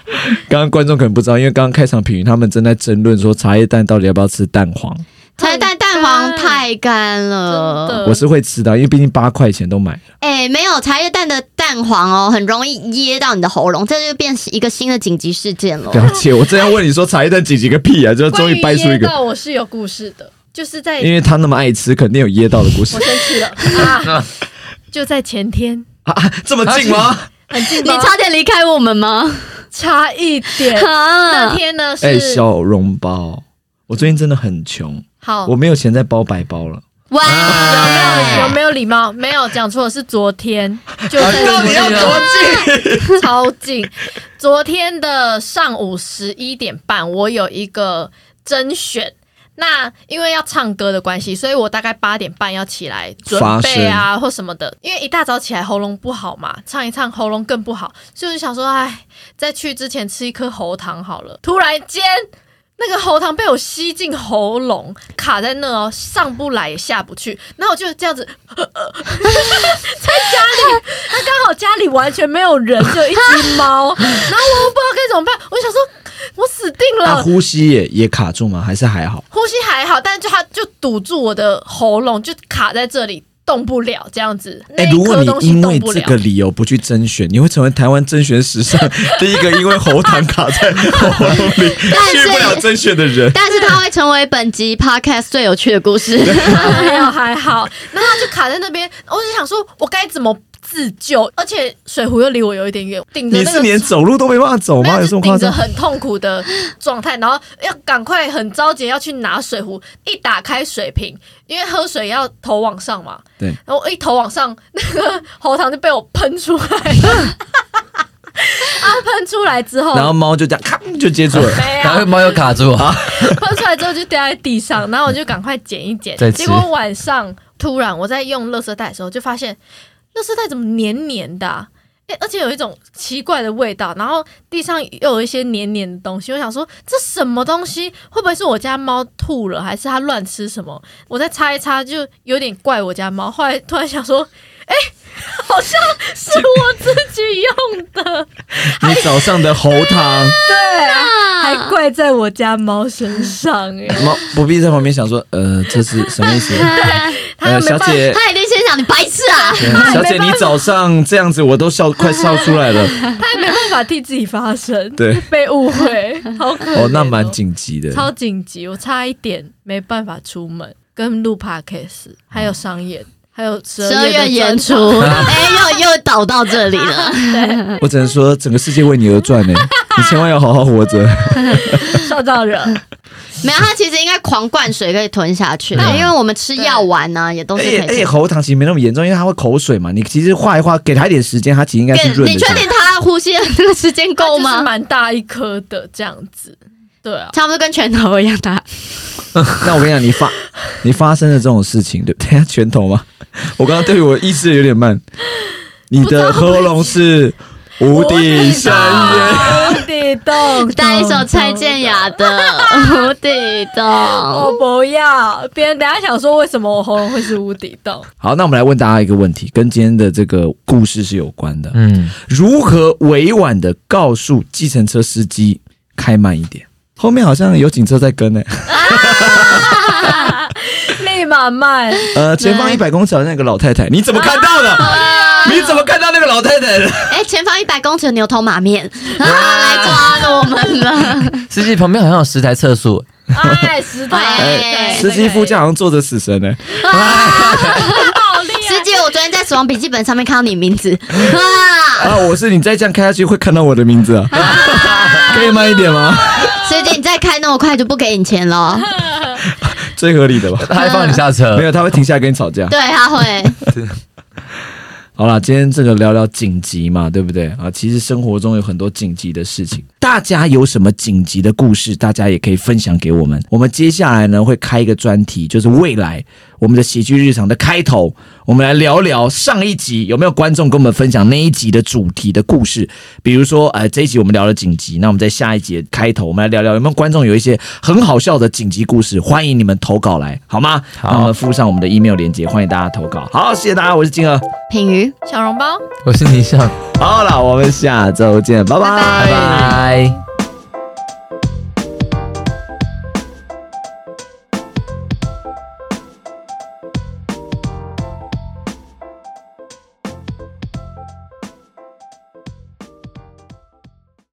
Speaker 1: 刚刚观众可能不知道，因为刚刚开场评语他们正在争论说茶叶蛋到底要不要吃蛋黄。
Speaker 2: 茶叶蛋蛋黄太干
Speaker 3: 真
Speaker 2: 了
Speaker 3: 的，
Speaker 1: 我是会吃的，因为毕竟八块钱都买了。
Speaker 2: 哎、没有茶叶蛋的蛋黄哦，很容易噎到你的喉咙，这就变一个新的紧急事件了。
Speaker 1: 了解，我正要问你说茶叶蛋挤几个屁啊，就终于掰出一
Speaker 3: 关于噎
Speaker 1: 个，
Speaker 3: 到我是有故事的，就是在
Speaker 1: 因为他那么爱吃，肯定有噎到的故事
Speaker 3: 我生 气了啊！ 就在前天，
Speaker 1: 啊，这么近吗？
Speaker 3: 很近
Speaker 2: 你
Speaker 3: 吗？
Speaker 2: 差点离开我们吗？
Speaker 3: 差一点。那
Speaker 2: 啊，
Speaker 3: 天呢是、
Speaker 1: 哎，小笼包，我最近真的很穷，
Speaker 3: 好，
Speaker 1: 我没哎有钱再包白包了。
Speaker 2: 哇，
Speaker 3: 有没有有没有礼貌？没有讲错，是昨天，就
Speaker 1: 啊
Speaker 4: 到底要多
Speaker 3: 近？ 超近！昨天的上午十一点半，我有一个甄选。那因为要唱歌的关系，所以我大概八点半要起来准备啊，或什么的。因为一大早起来喉咙不好嘛，唱一唱喉咙更不好，所以我就想说，哎，在去之前吃一颗喉糖好了。突然间，那个喉糖被我吸进喉咙，卡在那哦，上不来也下不去。然后我就 这样子，在家里，那刚好家里完全没有人，只有一只猫。然后我不知道该怎么办，我就想说，我死定了。
Speaker 1: 那啊呼吸也也卡住吗？还是还好？
Speaker 3: 呼吸还好，但是就它就堵住我的喉咙，就卡在这里动不了，这样子。那
Speaker 1: 哎、
Speaker 3: 一
Speaker 1: 如果
Speaker 3: 颗
Speaker 1: 你
Speaker 3: 东西
Speaker 1: 因
Speaker 3: 动
Speaker 1: 为
Speaker 3: 不
Speaker 1: 这
Speaker 3: 了，
Speaker 1: 个理由不去甄选，你会成为台湾甄选史上 第一个因为喉糖卡在喉咙里去不了甄选的人。
Speaker 2: 但是它会成为本集 podcast 最有趣的故 事。
Speaker 3: 还好哎还好，然后它就卡在那边，我就想说，我该怎么自救？而且水壶又离我有一点远，顶着
Speaker 1: 你
Speaker 3: 那
Speaker 1: 是
Speaker 3: 个
Speaker 1: 连走路都没办法走
Speaker 3: 没
Speaker 1: 吗？
Speaker 3: 有，
Speaker 1: 有这
Speaker 3: 就
Speaker 1: 么夸
Speaker 3: 顶着
Speaker 1: 张？
Speaker 3: 很痛苦的状态，然后要赶快很着急地要去拿水壶，一打开水瓶，因为喝水要头往上嘛，
Speaker 1: 对
Speaker 3: 然后我一头往上，那个喉糖就被我喷出来了，啊，喷出来之后，
Speaker 1: 然后猫就这样咔就接住 了。
Speaker 3: 没
Speaker 4: 然后
Speaker 3: 有
Speaker 4: 猫又卡住啊，
Speaker 3: 喷出来之后就掉在地上，然后我就赶快捡一捡
Speaker 4: 再，吃
Speaker 3: 结果晚上突然我在用垃圾袋的时候就发现，垃圾袋怎么黏黏的、啊？诶而且有一种奇怪的味道，然后地上又有一些黏黏的东西。我想说，这什么东西？会不会是我家猫吐了，还是它乱吃什么？我再擦一擦，就有点怪我家猫。后来突然想说，哎、 好像是我自己用的，
Speaker 1: 你早上的喉糖，
Speaker 3: 还怪在我家猫身上哎、
Speaker 1: 猫不必在旁边想说，呃，这是什么意 思？
Speaker 3: 它
Speaker 1: 呃，
Speaker 3: 没
Speaker 1: 小
Speaker 3: 办法
Speaker 1: 姐，
Speaker 2: 他一定先想你白痴啊！
Speaker 1: 呃小姐，你早上这样子，我都笑快笑出来 了。
Speaker 3: 他也没办法替自己发声，
Speaker 1: 对，
Speaker 3: 被误会， 好可怜
Speaker 1: 哦，那蛮，紧急的。
Speaker 3: 超紧急，我差一点没办法出门，跟录 podcast，还有商演，还有十
Speaker 2: 十二月
Speaker 3: 月
Speaker 2: 演出， 哎、又又倒到这里 了。
Speaker 1: 我只能说，整个世界为你而 转呢、欸你千万要好好活着。
Speaker 3: 受到惹，
Speaker 2: 没有，他其实应该狂灌水可以吞下去，
Speaker 1: 嗯
Speaker 2: 因为我们吃药丸呢、也都
Speaker 1: 而
Speaker 2: 是
Speaker 1: 且而
Speaker 2: 可以
Speaker 1: 且
Speaker 2: 吃。
Speaker 1: 哎喉糖其实没那么严重，因为它会口水嘛。你其实画一画，给它一点时间，它其实应该是哎润
Speaker 2: 你
Speaker 1: 的
Speaker 2: 确
Speaker 1: 状态。
Speaker 2: 定他呼吸的那个时间够
Speaker 3: 它就是
Speaker 2: 吗？
Speaker 3: 蛮大一颗的这样子，对啊，
Speaker 2: 差不多跟拳头一样 大。
Speaker 1: 那我跟你讲，你发 你发生了这种事情，对 不对？拳头吗？我刚刚对于我意识有点慢。你的喉咙是无底深渊。
Speaker 3: 无敌地洞，
Speaker 2: 带一首蔡健雅的《无底洞》。
Speaker 3: 我不要，别人等一下想说为什么我喉咙会是无底洞？
Speaker 1: 好，那我们来问大家一个问题，跟今天的这个故事是有关的。
Speaker 4: 嗯，
Speaker 1: 如何委婉的告诉计程车司机开慢一点？后面好像有警车在跟呢、
Speaker 3: 立马慢，
Speaker 1: 呃，前方一百公尺好像有个老太太，你怎么看到的？你怎么看到那个老太太的？
Speaker 2: 哎、前方一百公尺的牛头马面啊，来抓我们了！
Speaker 4: 司机旁边好像有十台测速，
Speaker 3: 哎，时
Speaker 2: 哎
Speaker 3: 代，
Speaker 1: 司机副驾好像坐着死神呢、
Speaker 3: 好厉
Speaker 2: 司机，我昨天在死亡笔记本上面看到你名字啊！
Speaker 1: 啊，我是你再这样开下去会看到我的名字啊，可以慢一点吗？
Speaker 2: 司机，你再开那么快就不给你钱了。
Speaker 1: 最合理的吧？
Speaker 4: 他还放你下车
Speaker 1: 没。有，他会停下来跟你吵架。
Speaker 2: 对，他会。
Speaker 1: 好啦，今天这个聊聊紧急嘛，对不对啊？其实生活中有很多紧急的事情，大家有什么紧急的故事，大家也可以分享给我们。我们接下来呢会开一个专题，就是未来我们的喜剧日常的开头，我们来聊聊上一集有没有观众跟我们分享那一集的主题的故事。比如说，呃，这一集我们聊了紧急，那我们在下一节开头，我们来聊聊有没有观众有一些很好笑的紧急故事，欢迎你们投稿来，好吗？
Speaker 4: 好
Speaker 1: 那我们附上我们的 email 链接，欢迎大家投稿。好，谢谢大家，我是金儿。
Speaker 2: 品鱼，
Speaker 3: 小笼包。
Speaker 4: 我是倪尚，
Speaker 1: 好了，我们下周见，拜拜
Speaker 4: 拜拜。